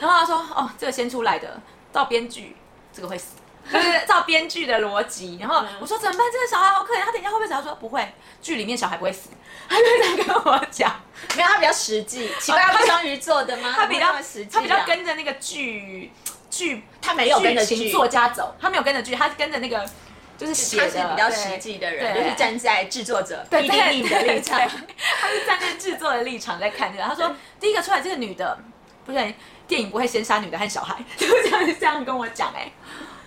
[SPEAKER 1] 然后他说哦，这个先出来的，照编剧这个会死。就是 照编剧的逻辑，然后
[SPEAKER 2] 嗯
[SPEAKER 1] 我说怎么办？这个小孩好可怜，他等一下会不会死？他说不会，剧里面小孩不会死。他就这样跟我讲，
[SPEAKER 2] 没有，他比较实际，奇怪，他不是双鱼座的吗？
[SPEAKER 1] 哦他
[SPEAKER 2] 怎么
[SPEAKER 1] 比
[SPEAKER 2] 那
[SPEAKER 1] 较
[SPEAKER 2] 么实际啊，
[SPEAKER 1] 他比较跟着那个剧剧
[SPEAKER 2] 他没有跟着
[SPEAKER 1] 剧情
[SPEAKER 2] 剧
[SPEAKER 1] 作家走，他没有跟着剧，他是跟着那个就是写
[SPEAKER 2] 他
[SPEAKER 1] 的
[SPEAKER 2] 是比较实际的人，
[SPEAKER 1] 对
[SPEAKER 2] 就是站在制作者
[SPEAKER 1] 对
[SPEAKER 2] 一定你的立场
[SPEAKER 1] 对。他是站在制作的立场在看这个。他
[SPEAKER 2] 嗯
[SPEAKER 1] 说第一个出来这个女的，不然电影不会先杀女的和小孩， 就这样这样跟我讲哎、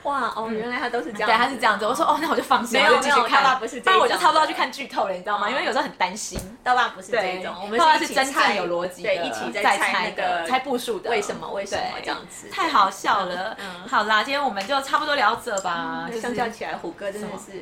[SPEAKER 2] 哇哦，原来他都是这样，
[SPEAKER 1] 对，他是这。样子。我说哦，那我就放心，
[SPEAKER 2] 没有
[SPEAKER 1] 我就继续
[SPEAKER 2] 没有
[SPEAKER 1] 看
[SPEAKER 2] 爸爸不是这
[SPEAKER 1] 不然我就
[SPEAKER 2] 种
[SPEAKER 1] 差不多要
[SPEAKER 2] 的
[SPEAKER 1] 去看剧透了，你知道吗？
[SPEAKER 2] 嗯
[SPEAKER 1] 因为有时候很担心。
[SPEAKER 2] 刀爸不是这
[SPEAKER 1] 对
[SPEAKER 2] 种，，我们
[SPEAKER 1] 爸爸
[SPEAKER 2] 是
[SPEAKER 1] 是
[SPEAKER 2] 一起
[SPEAKER 1] 真
[SPEAKER 2] 猜
[SPEAKER 1] 正有逻辑的，
[SPEAKER 2] 对，一起在
[SPEAKER 1] 在
[SPEAKER 2] 猜
[SPEAKER 1] 那
[SPEAKER 2] 那
[SPEAKER 1] 个
[SPEAKER 2] 个
[SPEAKER 1] 猜步数的，
[SPEAKER 2] 为什么为什么
[SPEAKER 1] 对
[SPEAKER 2] 这样子
[SPEAKER 1] 太好笑了。
[SPEAKER 2] 嗯
[SPEAKER 1] 好啦，今天我们就差不多聊这吧，就
[SPEAKER 2] 就是相较起来，虎哥真的
[SPEAKER 1] 什 么
[SPEAKER 2] 是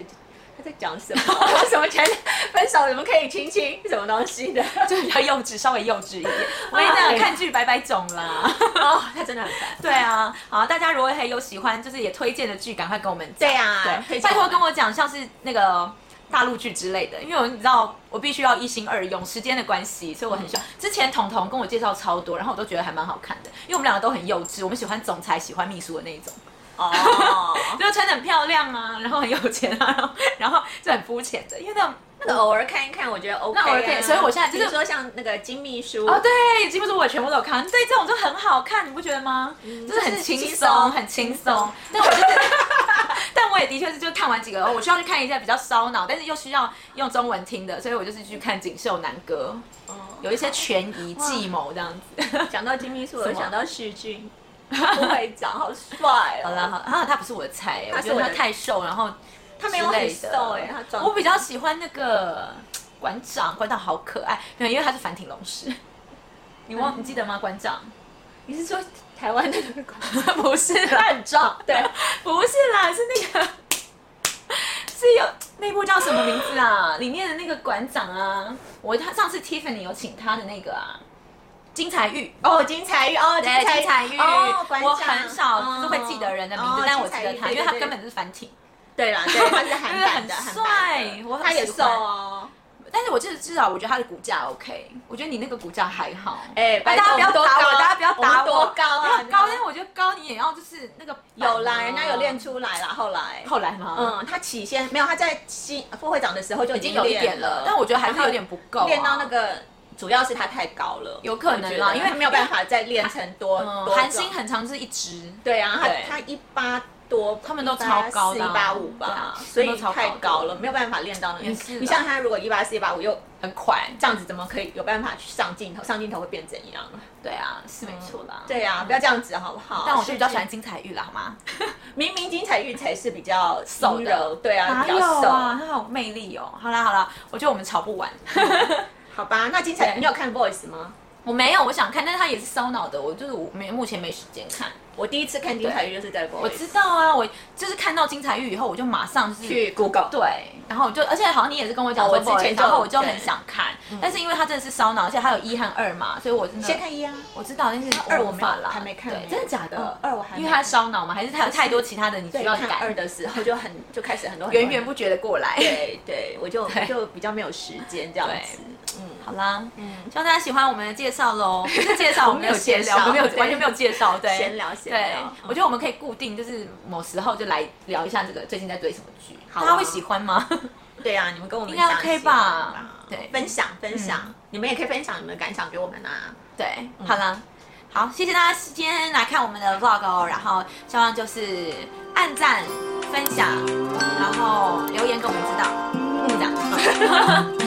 [SPEAKER 2] 他在讲什么？ 什么前分手怎么可以亲亲？什么东西的？
[SPEAKER 1] 就比较幼稚，稍微幼稚 一点。我也这样看剧百百种啦。
[SPEAKER 2] 哦，他真的很烦。
[SPEAKER 1] 对啊，好，大家如果还有喜欢，就是也推荐的剧，赶快跟我们讲。
[SPEAKER 2] 对啊推
[SPEAKER 1] 对，
[SPEAKER 2] 荐
[SPEAKER 1] 哎拜
[SPEAKER 2] 我们
[SPEAKER 1] 托跟我讲，像是那个。大陆剧之类的，因为我你知道，我必须要一心二用，时间的关系，所以我很喜欢。之前彤彤跟我介绍超多，然后我都觉得还蛮好看的，因为我们两个都很幼稚，我们喜欢总裁，喜欢秘书的那一种，
[SPEAKER 2] 哦，
[SPEAKER 1] 就穿的很漂亮啊，然后很有钱啊，然后然后就很肤浅的，因为那种
[SPEAKER 2] 那个偶尔看一看，我觉得 OK 啊。
[SPEAKER 1] 那偶尔可以所以我现在就是
[SPEAKER 2] 比如说像那个金秘书
[SPEAKER 1] 哦，对，几乎是我全部都有看，对，这种就很好看，你不觉得吗？就是很
[SPEAKER 2] 嗯就是
[SPEAKER 1] 轻
[SPEAKER 2] 轻松
[SPEAKER 1] 松，很轻松。但我就是， 但我也的确是就看完几个，哦我需要去看一下比较烧脑，但是又需要用中文听的，所以我就是去看《锦绣南歌
[SPEAKER 2] 哦》，
[SPEAKER 1] 有一些权宜计谋这样 子。
[SPEAKER 2] 讲到金秘书，
[SPEAKER 1] 什
[SPEAKER 2] 我
[SPEAKER 1] 么
[SPEAKER 2] 想到世俊，不会长，好帅哦。
[SPEAKER 1] 好啦，好啦，啊，他不是我的菜，
[SPEAKER 2] 他
[SPEAKER 1] 我
[SPEAKER 2] 是
[SPEAKER 1] 觉得
[SPEAKER 2] 我
[SPEAKER 1] 他
[SPEAKER 2] 的
[SPEAKER 1] 太瘦，然后
[SPEAKER 2] 他没
[SPEAKER 1] 之
[SPEAKER 2] 有很
[SPEAKER 1] 类的
[SPEAKER 2] 瘦哎，他长
[SPEAKER 1] 我比较喜欢那个馆长，馆长好可爱，没有，因为他是反町隆史。你
[SPEAKER 2] 嗯
[SPEAKER 1] 忘你记得吗？馆长
[SPEAKER 2] 你是说台湾的那个馆长？
[SPEAKER 1] 不是啦，
[SPEAKER 2] 他很壮，对，
[SPEAKER 1] 不是啦，是那个 是有那部叫什么名字啊？里面的那个馆长啊，我他上次 Tiffany 有请他的那个啊，金彩玉。
[SPEAKER 2] 哦，金彩玉，哦，
[SPEAKER 1] 对，金彩玉，
[SPEAKER 2] 哦，馆长
[SPEAKER 1] 我很少就是会记得人的名字，
[SPEAKER 2] 哦
[SPEAKER 1] 但我记得
[SPEAKER 2] 金
[SPEAKER 1] 他，
[SPEAKER 2] 彩玉
[SPEAKER 1] 因为他
[SPEAKER 2] 对对对
[SPEAKER 1] 根本就是繁体，
[SPEAKER 2] 对啦， 对，他是韩版
[SPEAKER 1] 很
[SPEAKER 2] 的，韩版的
[SPEAKER 1] 帅，我很
[SPEAKER 2] 他也
[SPEAKER 1] 喜
[SPEAKER 2] 瘦
[SPEAKER 1] 欢。
[SPEAKER 2] 哦。
[SPEAKER 1] 但是我就是至少我觉得他的骨架 OK，我觉得你那个骨架还好。
[SPEAKER 2] 哎
[SPEAKER 1] 大家不要打我，大家不要打我，
[SPEAKER 2] 多高
[SPEAKER 1] 没有
[SPEAKER 2] 啊？
[SPEAKER 1] 很高，但是我觉得高你也要就是那个
[SPEAKER 2] 有啦，人家有练
[SPEAKER 1] 练，
[SPEAKER 2] 出来啦，后来。
[SPEAKER 1] 后来吗？
[SPEAKER 2] 嗯，他起先没有，他在新副会长的时候就
[SPEAKER 1] 已经有一点
[SPEAKER 2] 练
[SPEAKER 1] 了，但我觉得还是有点不够、啊。
[SPEAKER 2] 练到那个，主要是他太高了，
[SPEAKER 1] 有可能啊
[SPEAKER 2] 我觉得
[SPEAKER 1] 因为
[SPEAKER 2] 他没有办法再练成多
[SPEAKER 1] 嗯，
[SPEAKER 2] 多
[SPEAKER 1] 韩星
[SPEAKER 2] 种
[SPEAKER 1] 很长是一直
[SPEAKER 2] 对啊，他
[SPEAKER 1] 对
[SPEAKER 2] 他一八多，
[SPEAKER 1] 他们都超高
[SPEAKER 2] 一
[SPEAKER 1] 的啊
[SPEAKER 2] 八五
[SPEAKER 1] 对
[SPEAKER 2] 吧
[SPEAKER 1] 啊，
[SPEAKER 2] 所
[SPEAKER 1] 他
[SPEAKER 2] 以
[SPEAKER 1] 们都超高
[SPEAKER 2] 太
[SPEAKER 1] 的
[SPEAKER 2] 高了，没有办法练到那个。
[SPEAKER 1] 也是啊
[SPEAKER 2] 你像他如果一八四、一八五又
[SPEAKER 1] 很快，
[SPEAKER 2] 这样子，怎么可以有办法去上镜头？上镜头会变怎样？
[SPEAKER 1] 对啊，是没错啦。
[SPEAKER 2] 对啊，不要这样子好不好？
[SPEAKER 1] 但我就比较喜
[SPEAKER 2] 是
[SPEAKER 1] 欢金彩玉啦，好吗？
[SPEAKER 2] 不是，明明金彩玉才是比较
[SPEAKER 1] 瘦
[SPEAKER 2] 阴
[SPEAKER 1] 的
[SPEAKER 2] 柔，对啊，比较瘦。
[SPEAKER 1] 啊，她好有魅力哦。好啦好啦，我觉得我们吵不完。
[SPEAKER 2] 好吧，那金彩，
[SPEAKER 1] 对
[SPEAKER 2] 你有看 Voice 吗？
[SPEAKER 1] 我没有，我想看，但是她也是烧脑的，我就是我没目前没时间看。
[SPEAKER 2] 我第一次看金彩玉就是在 Boys，
[SPEAKER 1] 我知道啊，我就是看到金彩玉以后，我就马上就是
[SPEAKER 2] 去 Google，
[SPEAKER 1] 对，然后我就，而且好像你也是跟我讲
[SPEAKER 2] 哦
[SPEAKER 1] 说
[SPEAKER 2] 我
[SPEAKER 1] Boys，
[SPEAKER 2] 之前就
[SPEAKER 1] 然后我就
[SPEAKER 2] 对
[SPEAKER 1] 很想看，但是因为它真的是烧脑，而且它有一和二嘛，所以我真的
[SPEAKER 2] 先看一啊，
[SPEAKER 1] 我知道，但是
[SPEAKER 2] 二
[SPEAKER 1] 无
[SPEAKER 2] 我没有
[SPEAKER 1] 法啦，
[SPEAKER 2] 还没看
[SPEAKER 1] 对，
[SPEAKER 2] 呢
[SPEAKER 1] 真的假的
[SPEAKER 2] 嗯？二我还没
[SPEAKER 1] 因为它烧脑嘛，还是它有太多其他的你需
[SPEAKER 2] 对，
[SPEAKER 1] 要
[SPEAKER 2] 看二
[SPEAKER 1] 改，
[SPEAKER 2] 的时候就很就开始很多很多
[SPEAKER 1] 源源不绝的过来。
[SPEAKER 2] 对对，我就
[SPEAKER 1] 对
[SPEAKER 2] 就比较没有时间这样子，嗯，
[SPEAKER 1] 好啦，嗯，希望大家喜欢我们的介绍 喽。不是介绍，我们没有介绍，我
[SPEAKER 2] 我们
[SPEAKER 1] 们没
[SPEAKER 2] 没
[SPEAKER 1] 有
[SPEAKER 2] 有
[SPEAKER 1] 完全没有介绍，对，
[SPEAKER 2] 闲聊闲
[SPEAKER 1] 对
[SPEAKER 2] 聊，
[SPEAKER 1] 我觉得我们可以固定，就是某时候就来聊一下这个最近在追什么剧，
[SPEAKER 2] 好
[SPEAKER 1] 大
[SPEAKER 2] 啊
[SPEAKER 1] 家会喜欢吗？
[SPEAKER 2] 对啊，你们跟我们
[SPEAKER 1] 应该
[SPEAKER 2] 讲
[SPEAKER 1] OK
[SPEAKER 2] 一些吧
[SPEAKER 1] 吧对嗯
[SPEAKER 2] 分享分享，你们也可以分享你们的感想给我们啊。
[SPEAKER 1] 对，好啦，好，谢谢大家今天来看我们的 vlog 哦，然后希望就是按嗯 赞、分享，然后留言给我们知道，这样。